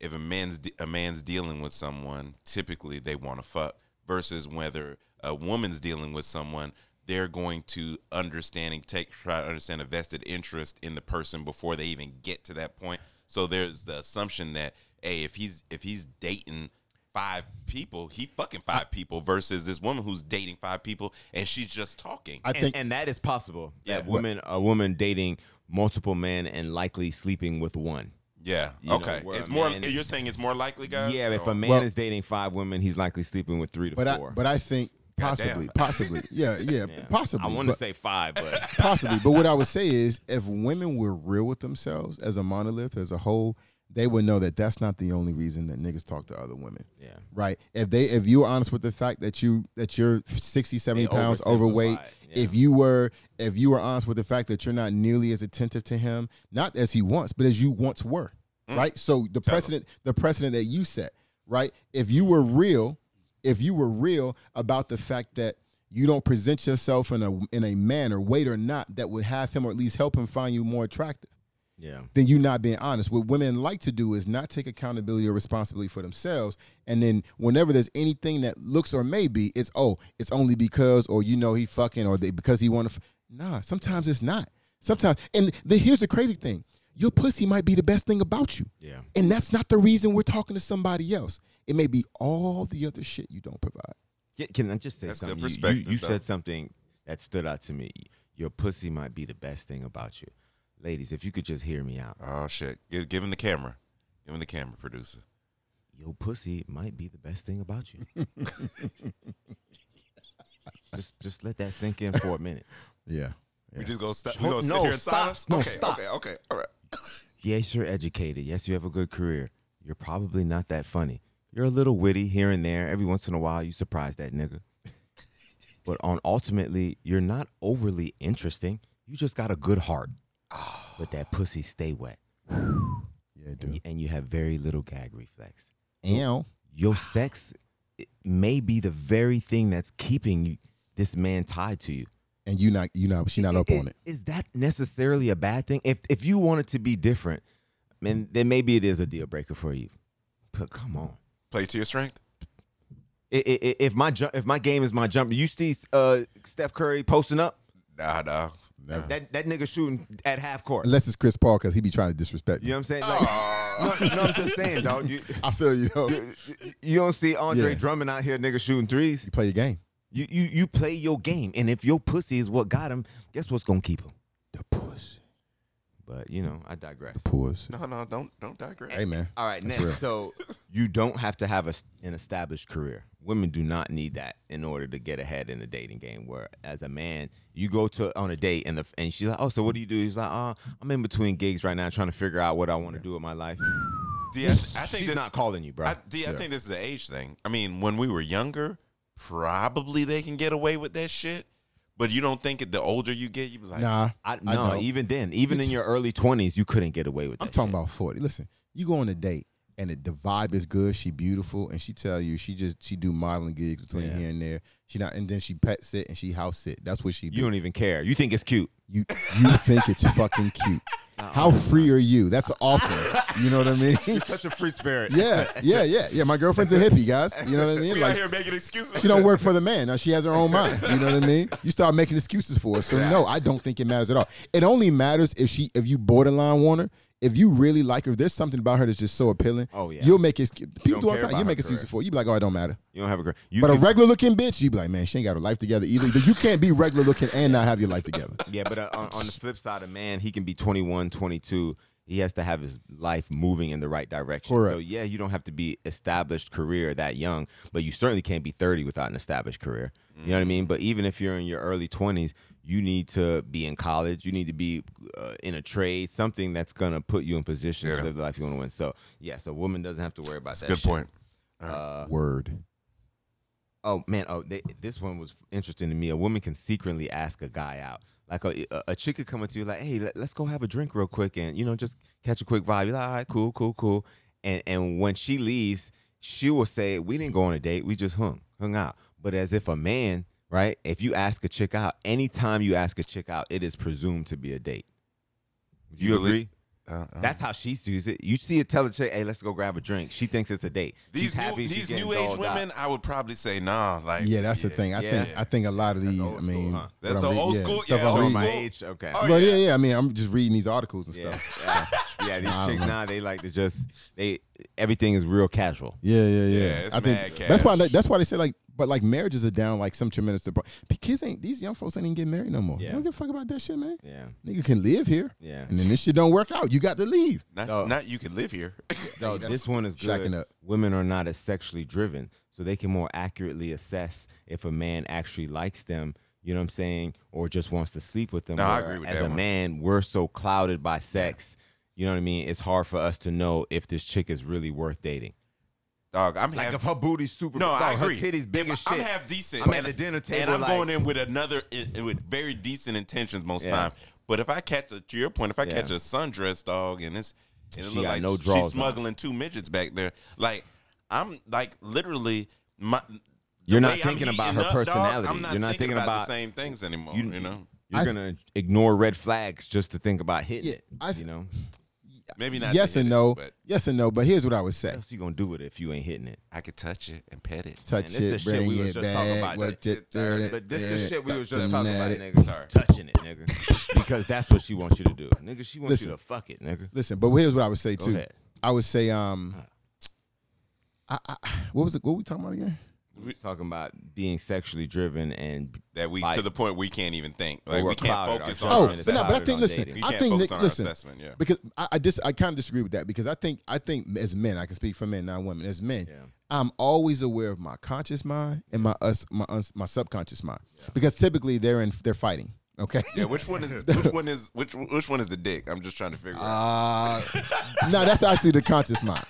Speaker 4: if a man's de- a man's dealing with someone, typically they want to fuck, versus whether a woman's dealing with someone, they're going to understanding take try to understand a vested interest in the person before they even get to that point. So there's the assumption that hey, if he's if he's dating five people, he fucking five people versus this woman who's dating five people and she's just talking.
Speaker 2: I
Speaker 3: and,
Speaker 2: think
Speaker 3: and that is possible.
Speaker 4: Yeah.
Speaker 3: That woman, a woman dating multiple men and likely sleeping with one.
Speaker 4: Yeah.
Speaker 3: You know,
Speaker 4: okay.
Speaker 3: where
Speaker 4: it's
Speaker 3: a
Speaker 4: more.
Speaker 3: man is-
Speaker 4: You're saying it's more likely, guys.
Speaker 3: yeah, if a man
Speaker 2: Well-
Speaker 3: is dating five women, he's likely sleeping with three to
Speaker 2: But I,
Speaker 3: four.
Speaker 2: but I think
Speaker 4: Goddamn.
Speaker 2: possibly, possibly, yeah, yeah,
Speaker 3: Yeah.
Speaker 2: possibly.
Speaker 3: I want to
Speaker 2: but-
Speaker 3: say five, but
Speaker 2: possibly. But what I would say is, if women were real with themselves as a monolith, as a whole, they would know that that's not the only reason that niggas talk to other women.
Speaker 3: yeah.
Speaker 2: Right. If they if you're honest with the fact that you that you're 60, 70
Speaker 3: They
Speaker 2: pounds
Speaker 3: oversimplify
Speaker 2: overweight,
Speaker 3: it, yeah.
Speaker 2: if you were if you were honest with the fact that you're not nearly as attentive to him, not as he wants, but as you once were.
Speaker 3: Mm.
Speaker 2: Right? So the
Speaker 4: him.
Speaker 2: precedent the precedent that you set, right? If you were real, if you were real about the fact that you don't present yourself in a in a manner, weight or not, that would have him or at least help him find you more attractive
Speaker 3: Yeah.
Speaker 2: then you're not being honest. What women like to do is not take accountability or responsibility for themselves. And then whenever there's anything that looks or maybe it's oh, it's only because or you know he fucking or they, because he want to. F- nah, sometimes it's not. Sometimes, and the, here's the crazy thing: your pussy might be the best thing about you.
Speaker 3: Yeah.
Speaker 2: And that's not the reason we're talking to somebody else. It may be all the other shit you don't provide.
Speaker 3: Can- Can I just say
Speaker 4: That's good
Speaker 3: something? You-
Speaker 4: perspective,
Speaker 3: you, you
Speaker 4: though.
Speaker 3: said something that stood out to me. Your pussy might be the best thing about you, ladies. If you could just hear me out,
Speaker 4: Oh shit! Give, give him the camera. Give him the camera, producer.
Speaker 3: your pussy might be the best thing about you. just, just let that sink in for a minute.
Speaker 2: Yeah.
Speaker 4: We
Speaker 2: Yeah.
Speaker 4: just gonna stop.
Speaker 3: Sh-
Speaker 4: We gonna sit
Speaker 3: no,
Speaker 4: here in
Speaker 3: stop.
Speaker 4: silence.
Speaker 3: No,
Speaker 4: okay.
Speaker 3: stop.
Speaker 4: Okay. Okay. All right.
Speaker 3: Yes, you're educated. Yes, you have a good career. You're probably not that funny. You're a little witty here and there. Every once in a while, you surprise that nigga. But on ultimately, you're not overly interesting. You just got a good heart. But that pussy stay wet,
Speaker 2: Yeah,
Speaker 3: and you, and you have very little gag reflex.
Speaker 2: Ow.
Speaker 3: Your sex it may be the very thing that's keeping you, this man tied to you.
Speaker 2: And you not you not she not up
Speaker 3: I-
Speaker 2: on it.
Speaker 3: Is that necessarily a bad thing? If if you want it to be different, then then maybe it is a deal breaker for you. But come on,
Speaker 4: Play to your strength.
Speaker 3: I- I- I- if my ju- if my game is my jumper, you see uh, Steph Curry posting up
Speaker 4: Nah, nah.
Speaker 3: that that nigga shooting at half court.
Speaker 2: Unless it's Chris Paul because he be trying to disrespect
Speaker 3: You
Speaker 2: me.
Speaker 3: know what I'm saying? Like, no, no, I'm just saying, dog. You,
Speaker 2: I feel you. Though. You
Speaker 3: you don't see Andre
Speaker 2: Yeah.
Speaker 3: Drummond out here, nigga, shooting threes.
Speaker 2: play your game.
Speaker 3: You, you you play your game, and if your pussy is what got him, guess what's gonna keep him?
Speaker 2: The pussy.
Speaker 3: But you know, I digress.
Speaker 2: Pussy.
Speaker 4: No, no. Don't don't digress.
Speaker 2: Hey man.
Speaker 3: All right,
Speaker 2: That's
Speaker 3: next.
Speaker 2: real.
Speaker 3: So you don't have to have a, s- an established career. Women do not need that in order to get ahead in the dating game. Where as a man, you go to on a date and the f- and she's like, "Oh, so what do you do?" He's like, "Uh, I'm in between gigs right now, trying to figure out what I want to do with my life."
Speaker 4: D, I, I think
Speaker 3: she's
Speaker 4: this,
Speaker 3: not calling you, bro.
Speaker 4: I, D, I think this is an age thing. I mean, when we were younger, probably they can get away with that shit. But you don't think it, the older you get, you be like,
Speaker 2: Nah,
Speaker 3: I, no,
Speaker 2: know.
Speaker 3: even then, even in your early twenties, you couldn't get away with that.
Speaker 2: I'm talking
Speaker 3: shit.
Speaker 2: about forty. Listen, you go on a date and the, the vibe is good. She beautiful, and she tell you she just she do modeling gigs between
Speaker 3: Yeah.
Speaker 2: here and there. She not, and then she pet sit and she house sit. That's what she
Speaker 3: you
Speaker 2: do.
Speaker 3: don't even care. You think it's cute.
Speaker 2: You you think it's fucking cute? How free are you? That's awesome. You know what I mean?
Speaker 3: Such a free spirit.
Speaker 2: Yeah, yeah, yeah, yeah. My girlfriend's a hippie, guys. You know what I mean?
Speaker 4: we out
Speaker 2: Like
Speaker 4: here making excuses.
Speaker 2: she don't work for the man. Now she has her own mind. You know what I mean? You start making excuses for her. So no, I don't think it matters at all. It only matters if she if you borderline want her. If you really like her, if there's something about her that's just so appealing.
Speaker 3: Oh, yeah.
Speaker 2: You'll make it. People
Speaker 3: don't
Speaker 2: do all the
Speaker 3: care
Speaker 2: time.
Speaker 3: about
Speaker 2: You
Speaker 3: her
Speaker 2: make excuses
Speaker 3: career.
Speaker 2: for. it. You be like, oh, it don't matter.
Speaker 3: You don't have a girl. You
Speaker 2: But a
Speaker 3: could-
Speaker 2: regular looking bitch, you be like, man, she ain't got her life together either. You can't be regular looking and not have your life together.
Speaker 3: Yeah, but uh, on, on the flip side, a man he can be 21, 22. He has to have his life moving in the right direction.
Speaker 2: Correct.
Speaker 3: So yeah, you don't have to be established career that young, but you certainly can't be 30 without an established career. You know what I
Speaker 4: Mm.
Speaker 3: mean? But even if you're in your early 20s, you need to be in college. You need to be uh, in a trade, something that's gonna put you in position
Speaker 4: Yeah.
Speaker 3: to live the life you want to win. So yes, a woman doesn't have to worry about that.
Speaker 4: Good
Speaker 3: shit.
Speaker 4: point.
Speaker 3: Uh,
Speaker 2: Word.
Speaker 3: Oh man, oh they, this one was interesting to me. A woman can secretly ask a guy out. Like a, a, a chick could come up to you like, "Hey, let, us go have a drink real quick and you know just catch a quick vibe." You're like, "All right, cool, cool, cool." And and when she leaves, she will say, "We didn't go on a date. We just hung hung out." But as if a man, right? If you ask a chick out, anytime you ask a chick out, it is presumed to be a date. Would you,
Speaker 4: You
Speaker 3: agree?
Speaker 4: believe- Uh, uh.
Speaker 3: That's how she sees it. You see it tell a chick, "Hey, let's go grab a drink." She thinks it's a date. She's
Speaker 4: these new,
Speaker 3: happy. she's
Speaker 4: these
Speaker 3: getting
Speaker 4: new age
Speaker 3: dolled out.
Speaker 4: women, I would probably say, nah. Like,
Speaker 2: Yeah, that's the thing. I
Speaker 3: yeah.
Speaker 2: think I think a lot of these.
Speaker 3: old
Speaker 2: I mean,
Speaker 3: school, huh?
Speaker 2: what
Speaker 4: That's
Speaker 2: I'm
Speaker 4: the
Speaker 2: reading-
Speaker 4: old
Speaker 2: yeah,
Speaker 4: school-
Speaker 2: stuff
Speaker 4: yeah,
Speaker 2: I'm
Speaker 4: old
Speaker 3: Oh,
Speaker 2: reading.
Speaker 3: my
Speaker 4: school.
Speaker 3: age. Okay.
Speaker 4: Oh,
Speaker 2: Well,
Speaker 4: yeah.
Speaker 2: yeah, yeah. I mean, I'm just reading these articles and
Speaker 3: Yeah,
Speaker 2: stuff.
Speaker 3: yeah, yeah. These
Speaker 2: I
Speaker 3: chicks
Speaker 2: don't know.
Speaker 3: now they like to just they everything is real casual.
Speaker 2: Yeah, yeah, yeah.
Speaker 4: Yeah, it's mad
Speaker 2: that's why.
Speaker 4: cash.
Speaker 2: That's why they say like But like marriages are down like some tremendous debar- But Kids ain't these young folks ain't even getting married no more. They
Speaker 3: Yeah.
Speaker 2: don't give a fuck about that shit, man.
Speaker 3: Yeah.
Speaker 2: Nigga can live here,
Speaker 3: Yeah.
Speaker 2: and then this shit don't work out. You got to leave.
Speaker 4: Not,
Speaker 3: Dog.
Speaker 4: not you can live here.
Speaker 2: Dog,
Speaker 3: this one is good.
Speaker 2: shacking up.
Speaker 3: Women are not as sexually driven, so they can more accurately assess if a man actually likes them. You know what I'm saying, or just wants to sleep with them.
Speaker 4: Nah, I
Speaker 3: where
Speaker 4: agree with
Speaker 3: as
Speaker 4: that
Speaker 3: a
Speaker 4: one.
Speaker 3: man, we're so clouded by sex. You know what I mean? It's hard for us to know if this chick is really worth dating.
Speaker 4: Dog, I'm
Speaker 3: Like
Speaker 4: half,
Speaker 3: if her booty's super,
Speaker 4: no,
Speaker 3: dog,
Speaker 4: I agree.
Speaker 3: Her titties big
Speaker 4: If
Speaker 3: as shit.
Speaker 4: I'm half decent.
Speaker 3: I'm at the dinner
Speaker 4: and
Speaker 3: table,
Speaker 4: I'm
Speaker 3: like-
Speaker 4: going in with another i- with very decent intentions most
Speaker 3: Yeah.
Speaker 4: time. But if I catch a, to your point, if I
Speaker 3: Yeah.
Speaker 4: catch a sundress dog and it's and it
Speaker 3: She
Speaker 4: look
Speaker 3: got
Speaker 4: like
Speaker 3: no draws on.
Speaker 4: she's smuggling two midgets back there, like I'm like literally my. the
Speaker 3: You're not
Speaker 4: way I'm
Speaker 3: thinking about
Speaker 4: heating
Speaker 3: her
Speaker 4: up, dog,
Speaker 3: personality.
Speaker 4: I'm not
Speaker 3: You're not
Speaker 4: thinking,
Speaker 3: thinking
Speaker 4: about,
Speaker 3: about-
Speaker 4: the same things anymore. You,
Speaker 3: you-
Speaker 4: know,
Speaker 3: You're
Speaker 2: I-
Speaker 3: gonna ignore red flags just to think about hitting.
Speaker 2: Yeah,
Speaker 3: it,
Speaker 2: I-
Speaker 3: you know,
Speaker 4: maybe not.
Speaker 2: yes
Speaker 4: to hit
Speaker 2: and
Speaker 4: it,
Speaker 2: no.
Speaker 4: but
Speaker 2: yes and no. But here's what I would
Speaker 3: what
Speaker 2: say:
Speaker 3: else you gonna do with it if you ain't hitting it?
Speaker 4: I could touch it and pet it.
Speaker 2: touch
Speaker 3: this the
Speaker 2: it,
Speaker 3: shit
Speaker 2: bring
Speaker 3: we was
Speaker 2: it
Speaker 3: just talking
Speaker 2: back.
Speaker 3: about.
Speaker 2: What you do
Speaker 3: But this
Speaker 2: to
Speaker 3: the shit we was just
Speaker 2: touching
Speaker 3: talking
Speaker 2: that.
Speaker 3: about, nigga. Touching it, nigga. Because that's what she wants you to do. Nigga, she wants
Speaker 2: Listen.
Speaker 3: you to fuck it, nigga.
Speaker 2: Listen, but here's what I would say
Speaker 3: Go
Speaker 2: too.
Speaker 3: ahead.
Speaker 2: I would say, um, I, I, what was it? What were we talking about again?
Speaker 3: We was talking about being sexually driven and
Speaker 4: That we
Speaker 3: Like-
Speaker 4: to the point we can't even think. Like
Speaker 3: we're
Speaker 4: we can't
Speaker 3: clouded
Speaker 4: focus
Speaker 3: ourselves.
Speaker 4: on.
Speaker 2: Oh,
Speaker 4: our
Speaker 3: trying to
Speaker 2: but no, but I
Speaker 3: decide
Speaker 2: think
Speaker 3: on
Speaker 2: listen,
Speaker 3: dating.
Speaker 4: We
Speaker 2: I
Speaker 4: can't
Speaker 2: think
Speaker 4: focus
Speaker 2: that,
Speaker 4: on our
Speaker 2: listen,
Speaker 4: assessment, yeah.
Speaker 2: because I, I just I kind of disagree with that because I think I think as men I can speak for men not women as men
Speaker 3: Yeah.
Speaker 2: I'm always aware of my conscious mind and my us my uns, my subconscious mind because typically they're in they're fighting okay
Speaker 4: Yeah, which one is which one is which which one is the dick? I'm just trying to figure out.
Speaker 2: uh, no that's actually the conscious mind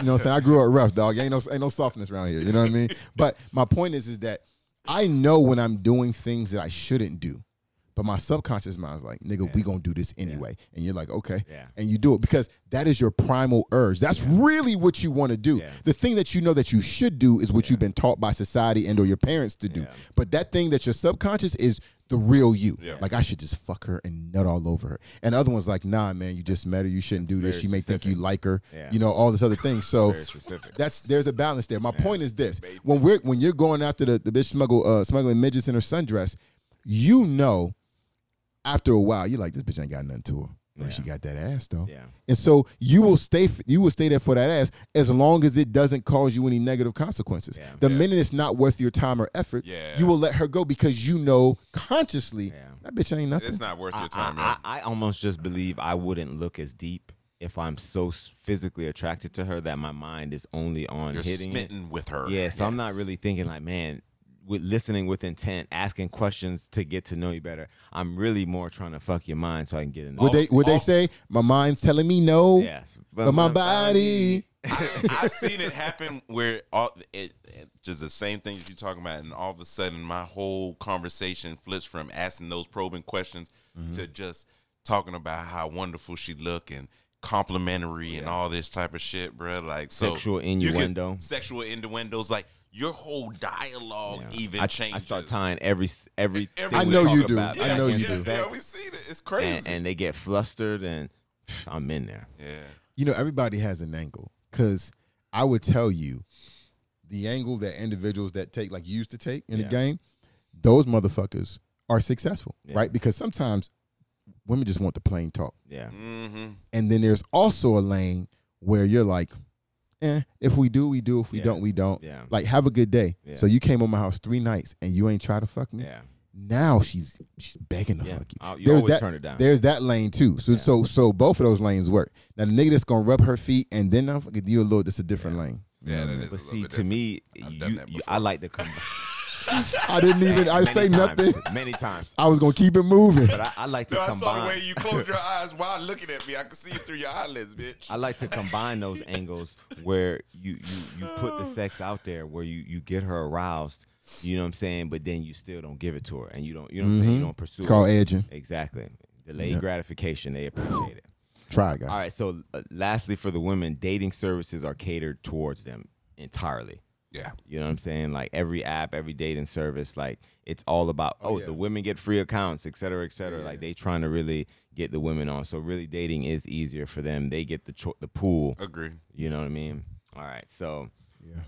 Speaker 2: you know what I'm saying I grew up rough dog ain't no ain't no softness around here you know what I mean but my point is is that I know when I'm doing things that I shouldn't do. But my subconscious mind's like, nigga, we gonna do this anyway. And you're like, okay.
Speaker 3: Yeah.
Speaker 2: And you do it because that is your primal urge. That's really what you want to do.
Speaker 3: Yeah.
Speaker 2: The thing that you know that you should do is what you've been taught by society and or your parents to do.
Speaker 3: Yeah.
Speaker 2: But that thing that your subconscious is the real you.
Speaker 4: Yeah.
Speaker 2: Like I should just fuck her and nut all over her. And the other one's like, nah, man, you just met her. You shouldn't do this.
Speaker 3: very
Speaker 2: She may think you like her.
Speaker 3: Yeah.
Speaker 2: You know, all this other thing. So
Speaker 3: very specific.
Speaker 2: that's there's a balance there. My point is this: when we're when you're going after the, the bitch smuggle uh, smuggling midgets in her sundress, you know, after a while, you're like, this bitch ain't got nothing to her. But she got that ass though,
Speaker 3: Yeah.
Speaker 2: and so you will stay. f- You will stay there for that ass as long as it doesn't cause you any negative consequences.
Speaker 3: Yeah.
Speaker 2: The minute it's not worth your time or effort,
Speaker 4: Yeah.
Speaker 2: you will let her go because you know consciously
Speaker 3: Yeah.
Speaker 2: that bitch ain't nothing.
Speaker 4: It's not worth your
Speaker 3: I,
Speaker 4: time. man.
Speaker 3: I, I almost just believe I wouldn't look as deep if I'm so s- physically attracted to her that my mind is only on
Speaker 4: You're
Speaker 3: hitting it.
Speaker 4: smitten with her.
Speaker 3: Yeah, so I'm not
Speaker 4: Yes.
Speaker 3: really thinking like, man, with listening with intent, asking questions to get to know you better. I'm really more trying to fuck your mind so I can get in. the-
Speaker 2: would they would they
Speaker 4: all-
Speaker 2: say my mind's telling me no,
Speaker 3: Yes,
Speaker 2: but my body?
Speaker 4: I've seen it happen where all it, it just the same thing that you're talking about, and all of a sudden my whole conversation flips from asking those probing questions
Speaker 3: Mm-hmm.
Speaker 4: to just talking about how wonderful she look and complimentary and all this type of shit, bro. Like so
Speaker 3: Sexual
Speaker 4: you could-
Speaker 3: innuendo.
Speaker 4: sexual innuendos, like your whole dialogue
Speaker 3: Yeah.
Speaker 4: even
Speaker 3: I,
Speaker 4: changes. E,
Speaker 3: I start tying every s- every.
Speaker 4: Every-
Speaker 3: thing
Speaker 2: I
Speaker 3: we
Speaker 2: know
Speaker 3: talk
Speaker 2: you do.
Speaker 3: about
Speaker 2: I
Speaker 4: Yeah,
Speaker 2: know
Speaker 3: back
Speaker 2: you
Speaker 3: into
Speaker 4: yeah,
Speaker 2: do.
Speaker 4: Yeah,
Speaker 3: sex,
Speaker 4: we seen it. It's
Speaker 3: and,
Speaker 4: crazy.
Speaker 3: and they get flustered, and I'm in there.
Speaker 4: yeah.
Speaker 2: you know everybody has an angle because i would tell you the angle that individuals that take like used to take in
Speaker 3: Yeah.
Speaker 2: the game those motherfuckers are successful
Speaker 3: Yeah.
Speaker 2: right because sometimes women just want the plain talk
Speaker 3: Yeah,
Speaker 4: Mm-hmm.
Speaker 2: and then there's also a lane where you're like eh, if we do we do if we
Speaker 3: Yeah.
Speaker 2: don't we don't
Speaker 3: Yeah.
Speaker 2: like have a good day
Speaker 3: Yeah.
Speaker 2: so you came on my house three nights and you ain't try to fuck me
Speaker 3: yeah.
Speaker 2: now she's she's begging to
Speaker 3: Yeah.
Speaker 2: fuck you.
Speaker 3: I'll- you always
Speaker 2: that,
Speaker 3: turn it down.
Speaker 2: There's that lane too. So so so both of those lanes work. Now the nigga that's gonna rub her feet and then I'm fucking you a little. That's a different lane.
Speaker 4: Yeah, that is a
Speaker 3: But
Speaker 4: little
Speaker 3: see,
Speaker 4: bit
Speaker 3: to me,
Speaker 4: I've done
Speaker 3: you,
Speaker 4: that
Speaker 3: you, I like to come.
Speaker 2: I didn't even. I didn't say
Speaker 3: many times,
Speaker 2: nothing.
Speaker 3: many times,
Speaker 2: I was gonna keep it moving.
Speaker 3: but I, I like to
Speaker 4: No, I
Speaker 3: combine.
Speaker 4: saw the way you closed your eyes while looking at me. I could see it through your eyelids, bitch.
Speaker 3: I like to combine those angles where you you you put the sex out there where you you get her aroused, you know what I'm saying, but then you still don't give it to her and you don't you know what I'm saying, you don't pursue
Speaker 2: Mm-hmm. It's called
Speaker 3: it.
Speaker 2: edging.
Speaker 3: Exactly. Delayed gratification, they appreciate it.
Speaker 2: Try it, guys.
Speaker 3: All right, so uh, lastly for the women, dating services are catered towards them entirely.
Speaker 4: Yeah.
Speaker 3: You know what I'm saying? Like every app, every dating service, like it's all about oh, the women get free accounts, et cetera, et cetera. Like they trying to really get the women on. So really, dating is easier for them. They get the cho- the pool.
Speaker 4: Agree.
Speaker 3: You know what I mean? All right. So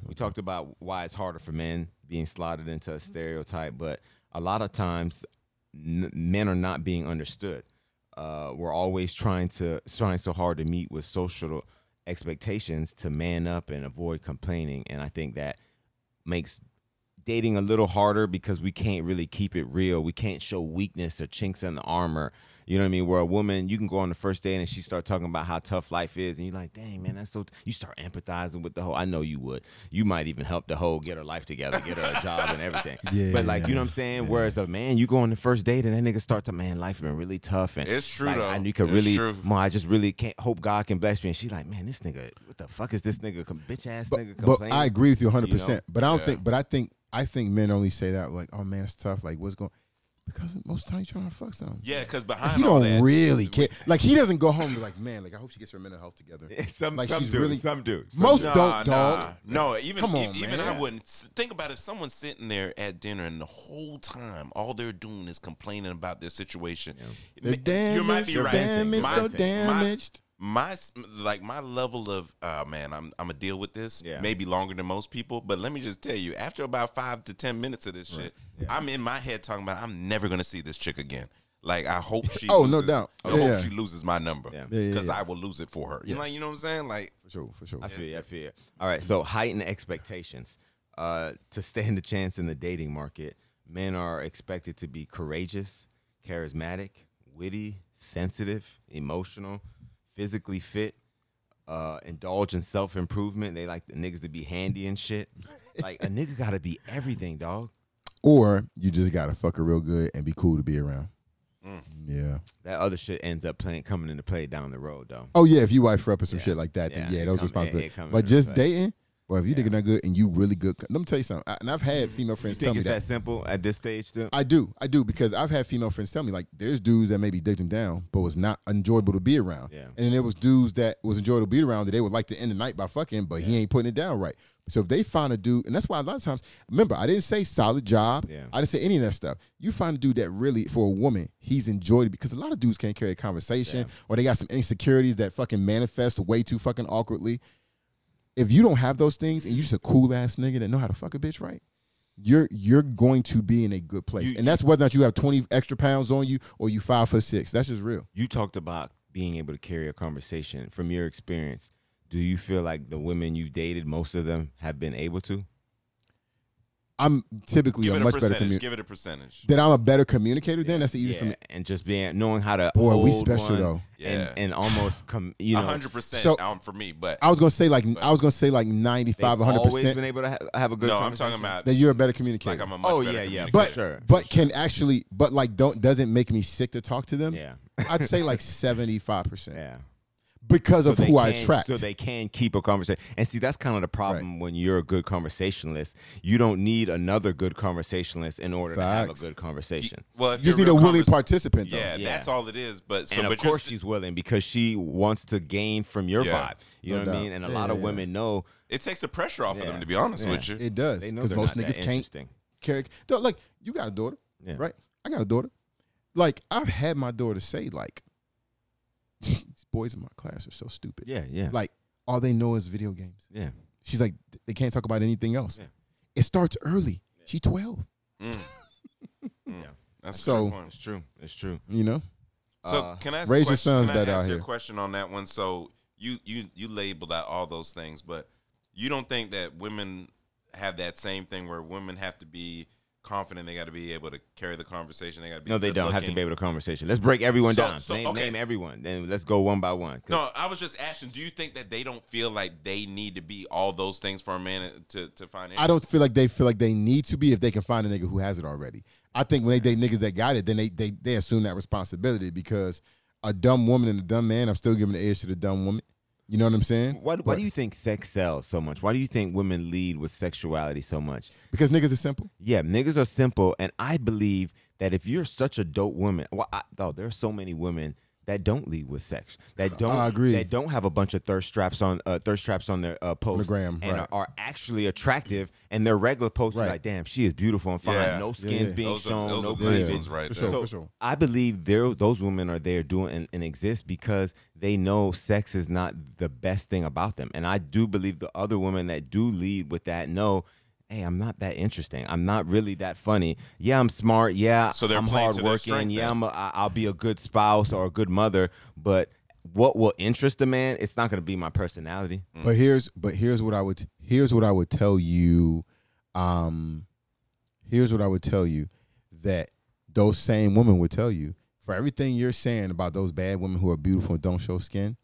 Speaker 3: we talked about why it's harder for men being slotted into a stereotype, but a lot of times n- men are not being understood. Uh, we're always trying to trying so hard to meet with social expectations to man up and avoid complaining, and I think that makes dating a little harder because we can't really keep it real. We can't show weakness or chinks in the armor. You know what I mean? Where a woman, you can go on the first date and she start talking about how tough life is, and you're like, dang man, that's so. T-. You start empathizing with the whole. I know you would. You might even help the whole get her life together, get her a job and everything.
Speaker 2: Yeah,
Speaker 3: But like, you know what I'm saying? Whereas a man, you go on the first date and that nigga start to man, life been really tough and
Speaker 4: It's true,
Speaker 3: like,
Speaker 4: though.
Speaker 3: I you could
Speaker 4: It's
Speaker 3: really,
Speaker 4: true.
Speaker 3: ma, I just really can't hope God can bless me. And she's like, man, this nigga, what the fuck is this nigga, com- bitch ass nigga
Speaker 2: But,
Speaker 3: complaining?
Speaker 2: but I agree with you 100.
Speaker 3: You know?
Speaker 2: percent But I don't
Speaker 4: Yeah.
Speaker 2: think. But I think. I think men only say that like, "Oh man, it's tough." Like, what's going? Because most time you're trying to fuck something.
Speaker 4: Yeah, because behind
Speaker 2: he
Speaker 4: all
Speaker 2: don't
Speaker 4: that,
Speaker 2: really care. Like, he doesn't go home and be like, "Man, like I hope she gets her mental health together."
Speaker 3: some,
Speaker 2: like,
Speaker 3: some
Speaker 2: she's
Speaker 3: do,
Speaker 2: really-
Speaker 3: some do. Some
Speaker 2: Most
Speaker 3: do.
Speaker 4: Nah,
Speaker 2: don't, dog.
Speaker 4: nah. No, even
Speaker 2: Come on,
Speaker 4: e- even
Speaker 2: man.
Speaker 4: I wouldn't S- think about if someone's sitting there at dinner and the whole time all they're doing is complaining about their situation.
Speaker 2: The
Speaker 4: Ma-
Speaker 2: damage,
Speaker 4: you might be
Speaker 2: the
Speaker 4: right.
Speaker 2: damage,
Speaker 4: my,
Speaker 2: so
Speaker 4: my-
Speaker 2: damaged.
Speaker 4: my s- like my level of uh man i'm i'm gonna deal with this
Speaker 3: Yeah.
Speaker 4: maybe longer than most people but let me just tell you after about five to ten minutes of this shit i'm in my head talking about i'm never gonna see this chick again like i hope she
Speaker 2: Oh, no
Speaker 4: loses,
Speaker 2: doubt.
Speaker 4: i
Speaker 2: Yeah,
Speaker 4: hope
Speaker 2: yeah.
Speaker 4: she loses my number
Speaker 3: Yeah.
Speaker 4: because
Speaker 2: Yeah, yeah, yeah.
Speaker 4: i will lose it for her you know you know what i'm saying like
Speaker 2: for sure, for sure.
Speaker 3: I feel you, I feel you. All right, so heightened expectations. Uh, to stand a chance in the dating market, men are expected to be courageous, charismatic, witty, sensitive, emotional, physically fit, uh, indulge in self improvement. They like the niggas to be handy and shit. Like a nigga gotta be everything, dog.
Speaker 2: Or you just gotta fuck her real good and be cool to be around.
Speaker 3: Mm.
Speaker 2: Yeah.
Speaker 3: That other shit ends up playing coming into play down the road, though.
Speaker 2: Oh yeah, if you wife her up or some
Speaker 3: Yeah.
Speaker 2: shit like that, then
Speaker 3: Yeah,
Speaker 2: yeah,
Speaker 3: it
Speaker 2: those
Speaker 3: come-
Speaker 2: responsibilities.
Speaker 3: it- it come
Speaker 2: But
Speaker 3: into
Speaker 2: just
Speaker 3: play.
Speaker 2: dating, well, if you thinking that good and you really good, let me tell you something. I, and I've had female
Speaker 3: You
Speaker 2: friends tell
Speaker 3: think
Speaker 2: me
Speaker 3: it's
Speaker 2: that.
Speaker 3: that simple at this stage, though?
Speaker 2: I do, I do, because I've had female friends tell me like, there's dudes that maybe dicked them down, but was not enjoyable to be around.
Speaker 3: Yeah.
Speaker 2: And then there was dudes that was enjoyable to be around that they would like to end the night by fucking, but he ain't putting it down right. So if they find a dude, and that's why a lot of times, remember, I didn't say solid job.
Speaker 3: Yeah.
Speaker 2: I didn't say any of that stuff. You find a dude that really, for a woman, he's enjoyed it because a lot of dudes can't carry a conversation or they got some insecurities that fucking manifest way too fucking awkwardly. If you don't have those things and you just a cool ass nigga that know how to fuck a bitch right, you're you're going to be in a good place.
Speaker 3: You-
Speaker 2: and that's whether or not you have 20 extra pounds on you or you five foot six. That's just real.
Speaker 3: you talked about being able to carry a conversation from your experience do you feel like the women you've dated most of them have been able to
Speaker 2: I'm typically
Speaker 4: give
Speaker 2: a
Speaker 4: it a
Speaker 2: much better
Speaker 4: percentage
Speaker 2: communicator.
Speaker 4: give it a percentage
Speaker 2: That I'm a better communicator then that's the easiest for me.
Speaker 3: and just being knowing how to
Speaker 2: Boy, we
Speaker 3: hold
Speaker 2: special,
Speaker 3: one
Speaker 2: though.
Speaker 4: Yeah.
Speaker 3: and, and almost come you know
Speaker 4: 100%
Speaker 2: So-
Speaker 4: um, for me but
Speaker 2: I was gonna say like I was gonna say like 95,
Speaker 3: they've
Speaker 2: 100
Speaker 3: always been
Speaker 2: percent
Speaker 3: able to ha- have a good
Speaker 4: no i'm talking
Speaker 3: conversation.
Speaker 4: about
Speaker 2: that you're a better communicator.
Speaker 4: like i'm a much
Speaker 3: Oh,
Speaker 4: better
Speaker 3: yeah, yeah,
Speaker 4: communicator.
Speaker 2: but
Speaker 3: sure, for
Speaker 2: but can actually but like don't doesn't make me sick to talk to them.
Speaker 3: yeah
Speaker 2: I'd say like 75 percent
Speaker 3: yeah
Speaker 2: because of
Speaker 3: So they
Speaker 2: who I
Speaker 3: can-
Speaker 2: attract.
Speaker 3: So they can keep a conversation. And see, that's kind of the problem when you're a good conversationalist. You don't need another good conversationalist in order to have
Speaker 2: Facts.
Speaker 3: a good conversation.
Speaker 4: well if
Speaker 2: you just
Speaker 4: you're
Speaker 2: need a
Speaker 4: real
Speaker 2: willing
Speaker 4: convers-
Speaker 2: participant though.
Speaker 4: yeah,
Speaker 3: Yeah.
Speaker 4: that's all it is but so
Speaker 3: and
Speaker 4: but
Speaker 3: of
Speaker 4: you're
Speaker 3: course
Speaker 4: st-
Speaker 3: she's willing because she wants to gain from your
Speaker 4: Yeah.
Speaker 3: vibe.
Speaker 2: No
Speaker 3: You know what I
Speaker 2: doubt.
Speaker 3: mean? And a
Speaker 2: Yeah,
Speaker 3: lot
Speaker 2: yeah,
Speaker 3: of
Speaker 2: yeah.
Speaker 3: women know
Speaker 4: it takes the pressure off of
Speaker 3: Yeah.
Speaker 4: them to be honest
Speaker 3: Yeah.
Speaker 4: with you
Speaker 2: It does.
Speaker 3: they know
Speaker 2: Because
Speaker 3: because
Speaker 2: most niggas can't carry. Dog, Like you got a daughter,
Speaker 3: Yeah.
Speaker 2: right? I got a daughter. Like I've had my daughter say, like, these boys in my class are so stupid.
Speaker 3: Yeah, yeah,
Speaker 2: Like all they know is video games.
Speaker 3: yeah.
Speaker 2: She's like, they can't talk about anything else.
Speaker 3: Yeah.
Speaker 2: It starts early. She twelve.
Speaker 4: Mm. Mm. That's a
Speaker 2: So-
Speaker 4: good point.
Speaker 3: It's true. It's true.
Speaker 2: You know,
Speaker 4: So
Speaker 3: Uh,
Speaker 4: can I ask
Speaker 2: raise your
Speaker 4: a question?
Speaker 2: sons
Speaker 4: can I
Speaker 2: that out
Speaker 4: ask you a
Speaker 2: here.
Speaker 4: question on that one? So you you you labeled out all those things, but you don't think that women have that same thing where women have to be confident, they got to be able to carry the conversation, they got to be
Speaker 3: No, they
Speaker 4: good
Speaker 3: don't have to
Speaker 4: looking.
Speaker 3: be able to conversation. Let's break everyone
Speaker 4: So-
Speaker 3: down.
Speaker 4: so,
Speaker 3: name,
Speaker 4: okay.
Speaker 3: name everyone. Then let's go one by one. 'Cause-
Speaker 4: No, I was just asking. Do you think that they don't feel like they need to be all those things for a man to to find?
Speaker 2: I don't feel like they feel like they need to be if they can find a nigga who has it already. I think when they date niggas that got it, then they they they assume that responsibility because a dumb woman and a dumb man. I'm still giving the edge to the dumb woman. You know what I'm saying?
Speaker 3: Why, why do you think sex sells so much? Why do you think women lead with sexuality so much?
Speaker 2: Because niggas are simple.
Speaker 3: Yeah, niggas are simple, and I believe that if you're such a dope woman, well, I, though there are so many women that don't lead with sex, that don't,
Speaker 2: I agree.
Speaker 3: that don't have a bunch of thirst straps on uh, thirst straps on their uh, posts,
Speaker 2: gram,
Speaker 3: and
Speaker 2: right.
Speaker 3: are, are actually attractive, and their regular posts
Speaker 2: Right.
Speaker 3: are like, damn, she is beautiful and fine,
Speaker 4: Yeah.
Speaker 3: no
Speaker 2: Yeah,
Speaker 3: skin's
Speaker 2: yeah.
Speaker 3: being
Speaker 4: Those are-
Speaker 3: shown,
Speaker 4: those
Speaker 3: no
Speaker 4: are
Speaker 3: cleavage.
Speaker 4: nice ones right
Speaker 2: for
Speaker 4: there.
Speaker 2: sure,
Speaker 3: So
Speaker 2: for sure.
Speaker 3: I believe there those women are there doing and, and exist because they know sex is not the best thing about them. And I do believe the other women that do lead with that know, hey, I'm not that interesting. I'm not really that funny. Yeah, I'm smart. Yeah,
Speaker 4: So they're
Speaker 3: I'm
Speaker 4: playing to their
Speaker 3: hardworking.
Speaker 4: strength
Speaker 3: Yeah,
Speaker 4: then.
Speaker 3: I'm a, I- I'll be a good spouse or a good mother. But what will interest a man? It's not going to be my
Speaker 4: Mm.
Speaker 3: personality.
Speaker 2: But here's but here's what I would here's what I would tell you um here's what I would tell you that those same women would tell you for everything you're saying about those bad women who are beautiful and don't show skin.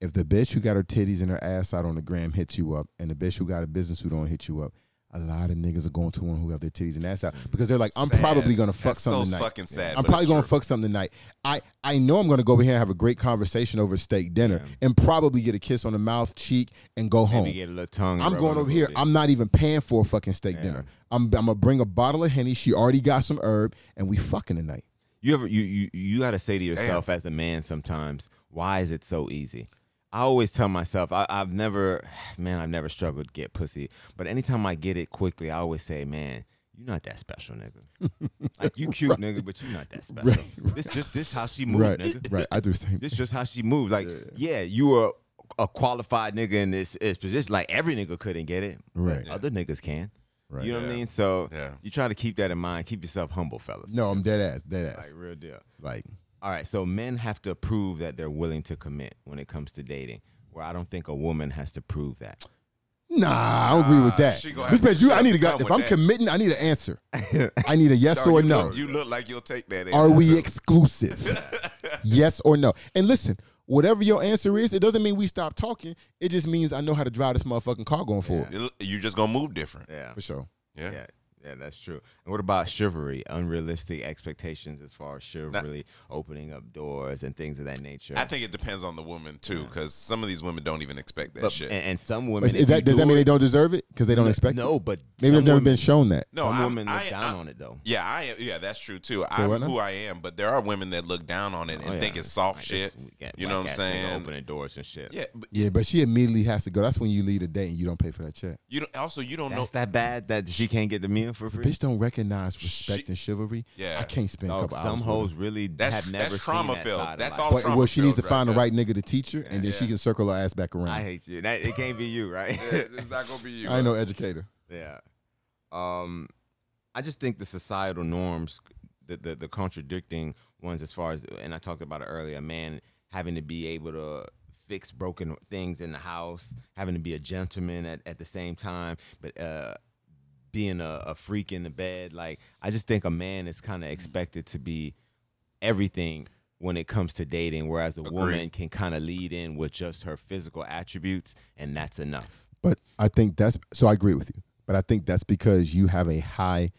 Speaker 2: If the bitch who got her titties and her ass out on the gram hits you up, and the bitch who got a business who don't hit you up, a lot of niggas are going to one who have their titties and ass out because they're like, I'm
Speaker 4: Sad.
Speaker 2: probably gonna fuck
Speaker 4: That's so
Speaker 2: something tonight.
Speaker 4: fucking sad,
Speaker 2: I'm
Speaker 4: but
Speaker 2: probably
Speaker 4: it's
Speaker 2: gonna
Speaker 4: true.
Speaker 2: fuck something tonight. I I know I'm gonna go over here and have a great conversation over steak dinner and probably get a kiss on the mouth, cheek, and go home.
Speaker 3: Maybe get a little tongue.
Speaker 2: Oh. I'm
Speaker 3: rub
Speaker 2: going
Speaker 3: on a
Speaker 2: over
Speaker 3: little
Speaker 2: here.
Speaker 3: bit.
Speaker 2: I'm not even paying for a fucking steak dinner. I'm, I'm gonna bring a bottle of henny. She already got some herb, and we fucking tonight.
Speaker 3: You ever you you you got to say to yourself as a man sometimes, why is it so easy? I always tell myself, I, I've never, man, I've never struggled to get pussy, but anytime I get it quickly, I always say, man, you're not that special, nigga. like you cute, nigga, but you're not that special. This just this how she moved,
Speaker 2: right,
Speaker 3: nigga.
Speaker 2: right. I do the same.
Speaker 3: This just how she moved. Like, yeah, you were a qualified nigga in this, this position. Like every nigga couldn't get it, but
Speaker 2: Right.
Speaker 3: Other niggas can.
Speaker 2: Right.
Speaker 3: You know what I
Speaker 4: Yeah.
Speaker 3: mean? So
Speaker 4: Yeah.
Speaker 3: you try to keep that in mind. Keep yourself humble, fellas.
Speaker 2: no, I'm dead ass, dead
Speaker 3: like
Speaker 2: ass.
Speaker 3: real deal.
Speaker 2: Like,
Speaker 3: All right, so men have to prove that they're willing to commit when it comes to dating, where I don't think a woman has to prove that.
Speaker 2: nah, I don't agree with
Speaker 4: Nah,
Speaker 2: that.
Speaker 4: she gonna
Speaker 2: This
Speaker 4: have
Speaker 2: bitch,
Speaker 4: to
Speaker 2: you, I need to
Speaker 4: come
Speaker 2: go.
Speaker 4: with
Speaker 2: If I'm
Speaker 4: that.
Speaker 2: committing, I need an answer. I need a yes
Speaker 4: Dog,
Speaker 2: or
Speaker 4: you
Speaker 2: no.
Speaker 4: Look, you look like you'll take that.
Speaker 2: Are
Speaker 4: answer,
Speaker 2: we
Speaker 4: too.
Speaker 2: exclusive? yes or no. And listen, whatever your answer is, it doesn't mean we stop talking. It just means I know how to drive this motherfucking car going forward.
Speaker 4: You look- You're just gonna move different.
Speaker 3: Yeah.
Speaker 2: For sure.
Speaker 4: Yeah.
Speaker 3: Yeah. Yeah, that's true. And what about chivalry? Unrealistic expectations as far as chivalry, opening up doors and things of that nature.
Speaker 4: I think it depends on the woman too, because some of these women don't even expect that
Speaker 3: But-
Speaker 4: shit.
Speaker 3: And, and some women.
Speaker 2: Is,
Speaker 3: if
Speaker 2: is
Speaker 3: you
Speaker 2: that does
Speaker 3: do
Speaker 2: that mean
Speaker 3: it-
Speaker 2: they don't deserve it because they don't
Speaker 3: no,
Speaker 2: expect?
Speaker 3: No,
Speaker 2: it?
Speaker 3: but
Speaker 2: maybe they've
Speaker 3: some
Speaker 2: never
Speaker 3: women,
Speaker 2: been shown that.
Speaker 4: no,
Speaker 3: Some
Speaker 4: I'm-
Speaker 3: women look
Speaker 4: I-
Speaker 3: down
Speaker 4: I-
Speaker 3: on it though.
Speaker 4: Yeah, I am. Yeah, that's true too.
Speaker 2: what
Speaker 4: I'm
Speaker 2: now?
Speaker 4: who I am, but there are women that look down on it and
Speaker 3: Oh,
Speaker 4: think
Speaker 3: yeah.
Speaker 4: it's soft
Speaker 3: Like, this
Speaker 4: shit.
Speaker 3: whack
Speaker 4: You know what I'm
Speaker 3: ass nigga
Speaker 4: saying?
Speaker 3: Opening doors and shit.
Speaker 4: Yeah, but
Speaker 2: Yeah, but she immediately has to go. That's when you leave a date and you don't pay for that check.
Speaker 4: you don't, also you don't
Speaker 3: That's
Speaker 4: know.
Speaker 3: that bad that she can't get the meal for free.
Speaker 2: Bitch don't recognize respect
Speaker 4: She-
Speaker 2: and chivalry.
Speaker 4: Yeah.
Speaker 2: I can't spend a
Speaker 3: Dog,
Speaker 2: couple
Speaker 3: some
Speaker 2: hours. with
Speaker 3: hoes really
Speaker 4: That's-
Speaker 3: have
Speaker 4: that's
Speaker 3: never
Speaker 4: trauma
Speaker 3: seen that
Speaker 4: filled.
Speaker 3: side of
Speaker 4: That's
Speaker 3: life.
Speaker 4: all
Speaker 2: her. But
Speaker 4: trauma
Speaker 2: well, she needs to
Speaker 4: filled,
Speaker 2: find the right
Speaker 4: right?
Speaker 2: nigga to teach her, and then she
Speaker 4: Yeah.
Speaker 2: can circle her ass back around.
Speaker 3: I
Speaker 2: I,
Speaker 3: hate you. That it can't be you, right?
Speaker 4: It's not gonna be you.
Speaker 2: ain't no educator.
Speaker 3: yeah. Um, I just think the societal norms, the, the the contradicting ones, as far as and I talked about it earlier. A man having to be able to fix broken things in the house, having to be a gentleman at, at the same time, but uh, being a, a freak in the bed. Like I just think a man is kind of expected to be everything when it comes to dating, whereas a woman can kind of lead in with just her physical attributes, and that's enough.
Speaker 2: But I think that's so. I agree with you. But I think that's because you have a high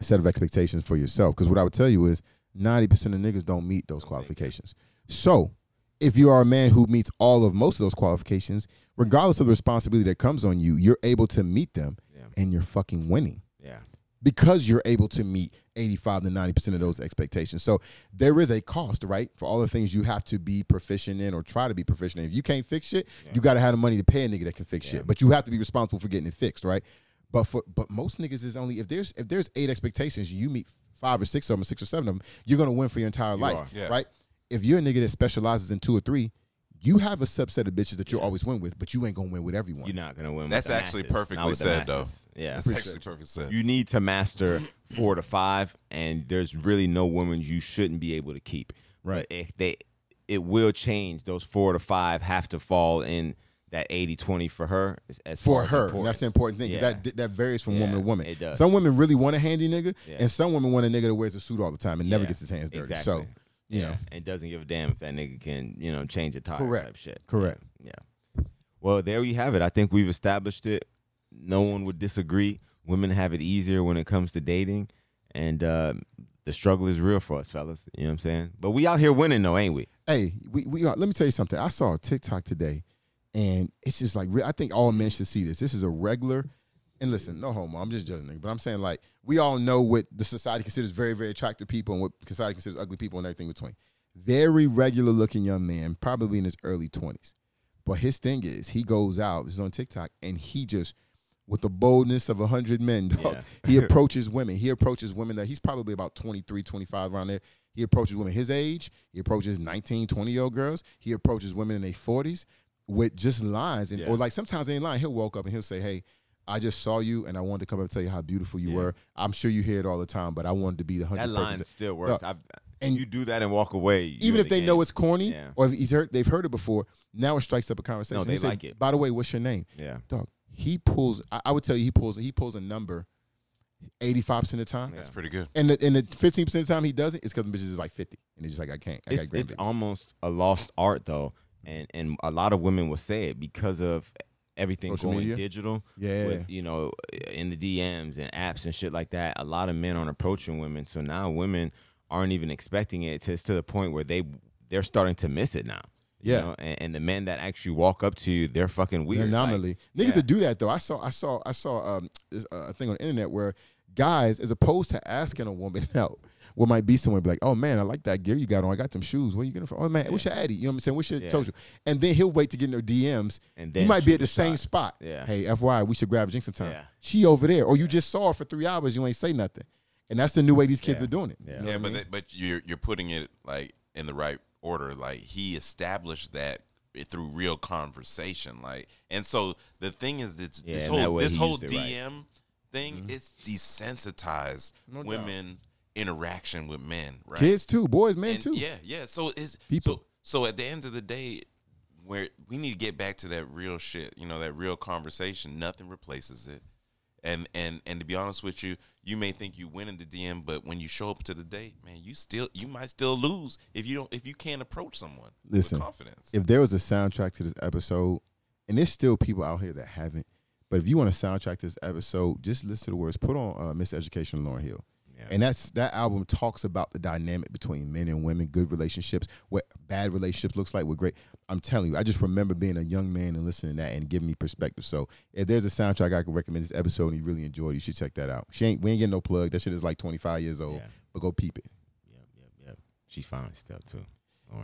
Speaker 2: set of expectations for yourself. Because what I would tell you is ninety percent of niggas don't meet those qualifications. So if you are a man who meets all of most of those qualifications, regardless of the responsibility that comes on you, you're able to meet them,
Speaker 3: Yeah.
Speaker 2: and you're fucking winning.
Speaker 3: Yeah.
Speaker 2: because you're able to meet 85 to 90% of those expectations. So there is a cost, right? For all the things you have to be proficient in or try to be proficient in. If you can't fix shit, you got to have the money to pay a nigga that can fix shit. But you have to be responsible for getting it fixed, right? But for but most niggas is only if there's if there's eight expectations, you meet five or six of them, six or seven of them, you're going to win for your entire life,
Speaker 4: Yeah.
Speaker 2: right? If you're a nigga that specializes in two or three, you have a subset of bitches that you always win with, but you ain't going to win with everyone.
Speaker 3: You're not gonna win. with
Speaker 4: That's
Speaker 3: the
Speaker 4: actually
Speaker 3: masses, not
Speaker 4: perfectly
Speaker 3: with the
Speaker 4: said, though.
Speaker 3: masses. Yeah,
Speaker 4: That's actually perfect sense.
Speaker 3: you need to master four to five, and there's really no women you shouldn't be able to keep.
Speaker 2: Right.
Speaker 3: But if they, it will change. Those four to five have to fall in that 80-20 for her. As, as far
Speaker 2: for
Speaker 3: as
Speaker 2: her. and That's the
Speaker 3: importance.
Speaker 2: important thing 'cause
Speaker 3: Yeah.
Speaker 2: that that varies from
Speaker 3: Yeah,
Speaker 2: woman to woman.
Speaker 3: it does.
Speaker 2: Some women really want a handy nigga,
Speaker 3: Yeah.
Speaker 2: and some women want a nigga that wears a suit all the time and never
Speaker 3: Yeah,
Speaker 2: gets his hands dirty.
Speaker 3: exactly.
Speaker 2: So, you
Speaker 3: yeah,
Speaker 2: know,
Speaker 3: and doesn't give a damn if that nigga can you know change a tire
Speaker 2: Correct.
Speaker 3: type shit.
Speaker 2: correct.
Speaker 3: Yeah. Well, there you have it. I think we've established it. No one would disagree. Women have it easier when it comes to dating, and uh, the struggle is real for us, fellas. You know what I'm saying? But we out here winning, though, ain't we?
Speaker 2: Hey, we, we are, let me tell you something. I saw a TikTok today, and it's just like re- I think all men should see this. This is a regular. And listen, no homo. I'm just judging, but I'm saying like we all know what the society considers very, very attractive people and what society considers ugly people and everything between. Very regular looking young man, probably in his early 20s. But his thing is he goes out, this is on TikTok, and he just with the boldness of a hundred men, dog,
Speaker 3: Yeah.
Speaker 2: he approaches women. He approaches women that he's probably about 23, 25 around there. He approaches women his age. He approaches 19, 20 year old girls. He approaches women in their 40s with just lines. And, Or
Speaker 3: Yeah.
Speaker 2: like sometimes they ain't lying. He'll walk up and he'll say, Hey, I just saw you and I wanted to come up and tell you how beautiful you
Speaker 3: Yeah.
Speaker 2: were. I'm sure you hear it all the time, but I wanted to be the 100th
Speaker 3: That
Speaker 2: person
Speaker 3: line
Speaker 2: to-
Speaker 3: still works.
Speaker 2: No.
Speaker 3: I've,
Speaker 2: And-
Speaker 3: and you do that and walk away.
Speaker 2: even if they know it's corny
Speaker 3: Yeah.
Speaker 2: or if he's heard, they've heard it before, now it strikes up a conversation.
Speaker 3: they
Speaker 2: He'll say,
Speaker 3: like it.
Speaker 2: By the way, what's your name?
Speaker 3: yeah,
Speaker 2: dog, he pulls. I, I would tell you, he pulls. He pulls a number. 85 percent of the time.
Speaker 4: That's pretty good.
Speaker 2: And the, and the 15 percent of the time he doesn't, it's because bitches is like 50, and it's just like I can't. I
Speaker 3: it's,
Speaker 2: got
Speaker 3: it's
Speaker 2: grandbabies.
Speaker 3: almost a lost art though and and a lot of women will say it because of everything
Speaker 2: Social
Speaker 3: going
Speaker 2: media?
Speaker 3: digital
Speaker 2: yeah.
Speaker 3: with, you know eh, in the dms and apps and shit like that a lot of men aren't approaching women so now women aren't even expecting it it's to the point where they they're starting to miss it now you
Speaker 2: Yeah.
Speaker 3: know? and, and the men that actually walk up to you they're fucking
Speaker 2: An
Speaker 3: weird Like,
Speaker 2: anomaly. Niggas that do that though. I saw I saw I saw um this, uh, a thing on the internet where guys, as opposed to asking a woman out, what might be someone be like, oh man, I like that gear you got on. I got them shoes. Where you getting them from? Oh man, what's your addy? You know what I'm saying? What's your
Speaker 3: Yeah.
Speaker 2: social? And then he'll wait to get in their DMs.
Speaker 3: And
Speaker 2: you
Speaker 3: then
Speaker 2: might be
Speaker 3: shoot
Speaker 2: at the
Speaker 3: the
Speaker 2: same
Speaker 3: shot.
Speaker 2: spot.
Speaker 3: Yeah.
Speaker 2: Hey, FY, we should grab a drink sometime.
Speaker 3: Yeah.
Speaker 2: She over there, or you just saw her for three hours. You ain't say nothing. And that's the new way these kids are doing it. You
Speaker 3: Yeah.
Speaker 2: know
Speaker 4: yeah,
Speaker 2: what I
Speaker 4: but
Speaker 2: mean?
Speaker 4: that, but you're you're putting it like in the right order. Like he established that through real conversation. Like and so the thing is that
Speaker 3: Yeah,
Speaker 4: this
Speaker 3: and that
Speaker 4: whole
Speaker 3: way
Speaker 4: this
Speaker 3: he
Speaker 4: whole
Speaker 3: used it right.
Speaker 4: DM thing it's desensitized women interaction with men. Right?
Speaker 2: Kids too, boys, men
Speaker 4: And
Speaker 2: too.
Speaker 4: Yeah, yeah. So it's
Speaker 2: People.
Speaker 4: So, so at the end of the day, where we need to get back to that real shit, you know, that real conversation. Nothing replaces it. And and and to be honest with you, you may think you win in the DM, but when you show up to the date, man, you still you might still lose if you don't if you can't approach someone
Speaker 2: Listen,
Speaker 4: with confidence.
Speaker 2: if there was a soundtrack to this episode, and there's still people out here that haven't, but if you want to soundtrack this episode, just listen to the words. Put on uh, Miss Education Lauren Hill.
Speaker 3: Yeah.
Speaker 2: And that's that album talks about the dynamic between men and women, good relationships, what bad relationships looks like, what great. I'm telling you, I just remember being a young man and listening to that and giving me perspective. So if there's a soundtrack I could recommend this episode and you really enjoyed it, you should check that out. She ain't we ain't getting no plug. That shit is like 25 years old,
Speaker 3: Yeah.
Speaker 2: but go peep it.
Speaker 3: yep, yep, yep. she finally stepped too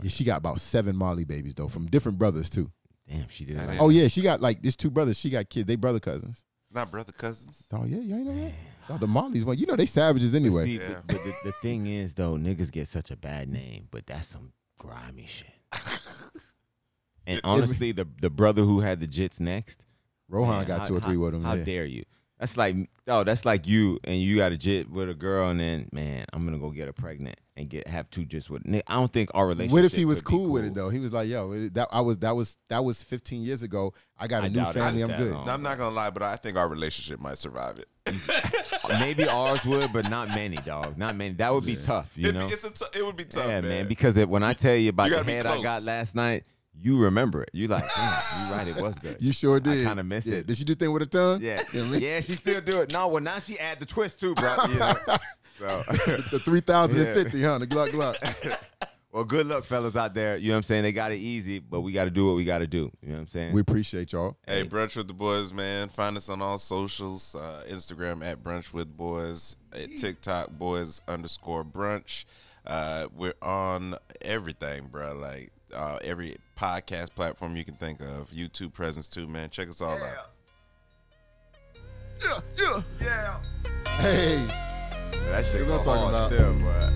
Speaker 2: Yeah, she got about seven Molly babies though from different brothers too.
Speaker 3: damn she did it
Speaker 4: That
Speaker 3: like
Speaker 4: is-
Speaker 2: Oh yeah, she got like these two brothers. She got kids. They brother cousins.
Speaker 4: Not brother cousins.
Speaker 2: Oh yeah, you ain't know that. Oh, the Molly's one. You know they savages anyway.
Speaker 3: See,
Speaker 4: Yeah.
Speaker 3: but, but the, the thing is, though, niggas get such a bad name, but that's some grimy shit. and honestly, the the brother who had the jits next,
Speaker 2: Rohan
Speaker 3: man,
Speaker 2: got
Speaker 3: how-
Speaker 2: two or three
Speaker 3: how,
Speaker 2: with them.
Speaker 3: How
Speaker 2: yeah.
Speaker 3: dare you? That's like, oh, that's like you and you got a jit with a girl, and then man, I'm gonna go get her pregnant and get have two jits with. Nigga, I don't think our relationship.
Speaker 2: What if he was
Speaker 3: could be
Speaker 2: cool, with it though? He was like, "Yo, it- that I was that was that was 15 years ago. I got a
Speaker 3: I
Speaker 2: new
Speaker 3: doubt it
Speaker 2: family. I'm
Speaker 3: was that
Speaker 2: good."
Speaker 3: long.
Speaker 4: Now, I'm not gonna lie, but I think our relationship might survive it.
Speaker 3: Maybe ours would, but not many, dog. Not many. That would be tough, you
Speaker 4: It'd
Speaker 3: know.
Speaker 4: be, it's a t- it would be tough,
Speaker 3: yeah,
Speaker 4: man.
Speaker 3: Because it, when I tell you about
Speaker 4: You
Speaker 3: the
Speaker 4: gotta be
Speaker 3: head I
Speaker 4: close.
Speaker 3: got last night, you remember it. You like, damn, you right, it was good.
Speaker 2: You sure did.
Speaker 3: kinda miss
Speaker 2: yeah.
Speaker 3: it.
Speaker 2: Did she do thing with her tongue?
Speaker 3: Yeah,
Speaker 2: You know what I mean?
Speaker 3: yeah, she still do it. No, well now she add the twist too, bro. You know? so,
Speaker 2: The 3050, huh? The Glock Glock.
Speaker 3: well, good luck, fellas out there. You know what I'm saying? They got it easy, but we got to do what we got to do. You know what I'm saying?
Speaker 2: we appreciate y'all.
Speaker 4: Hey, brunch with the boys, man. Find us on all socials: uh, Instagram at brunch with boys, at TikTok boys underscore brunch. Uh, we're on everything, bro. Like uh, every podcast platform you can think of. YouTube presence too, man. Check us all out.
Speaker 2: Hey.
Speaker 3: that shit's
Speaker 2: That's what I'm talking about.
Speaker 3: still, boy.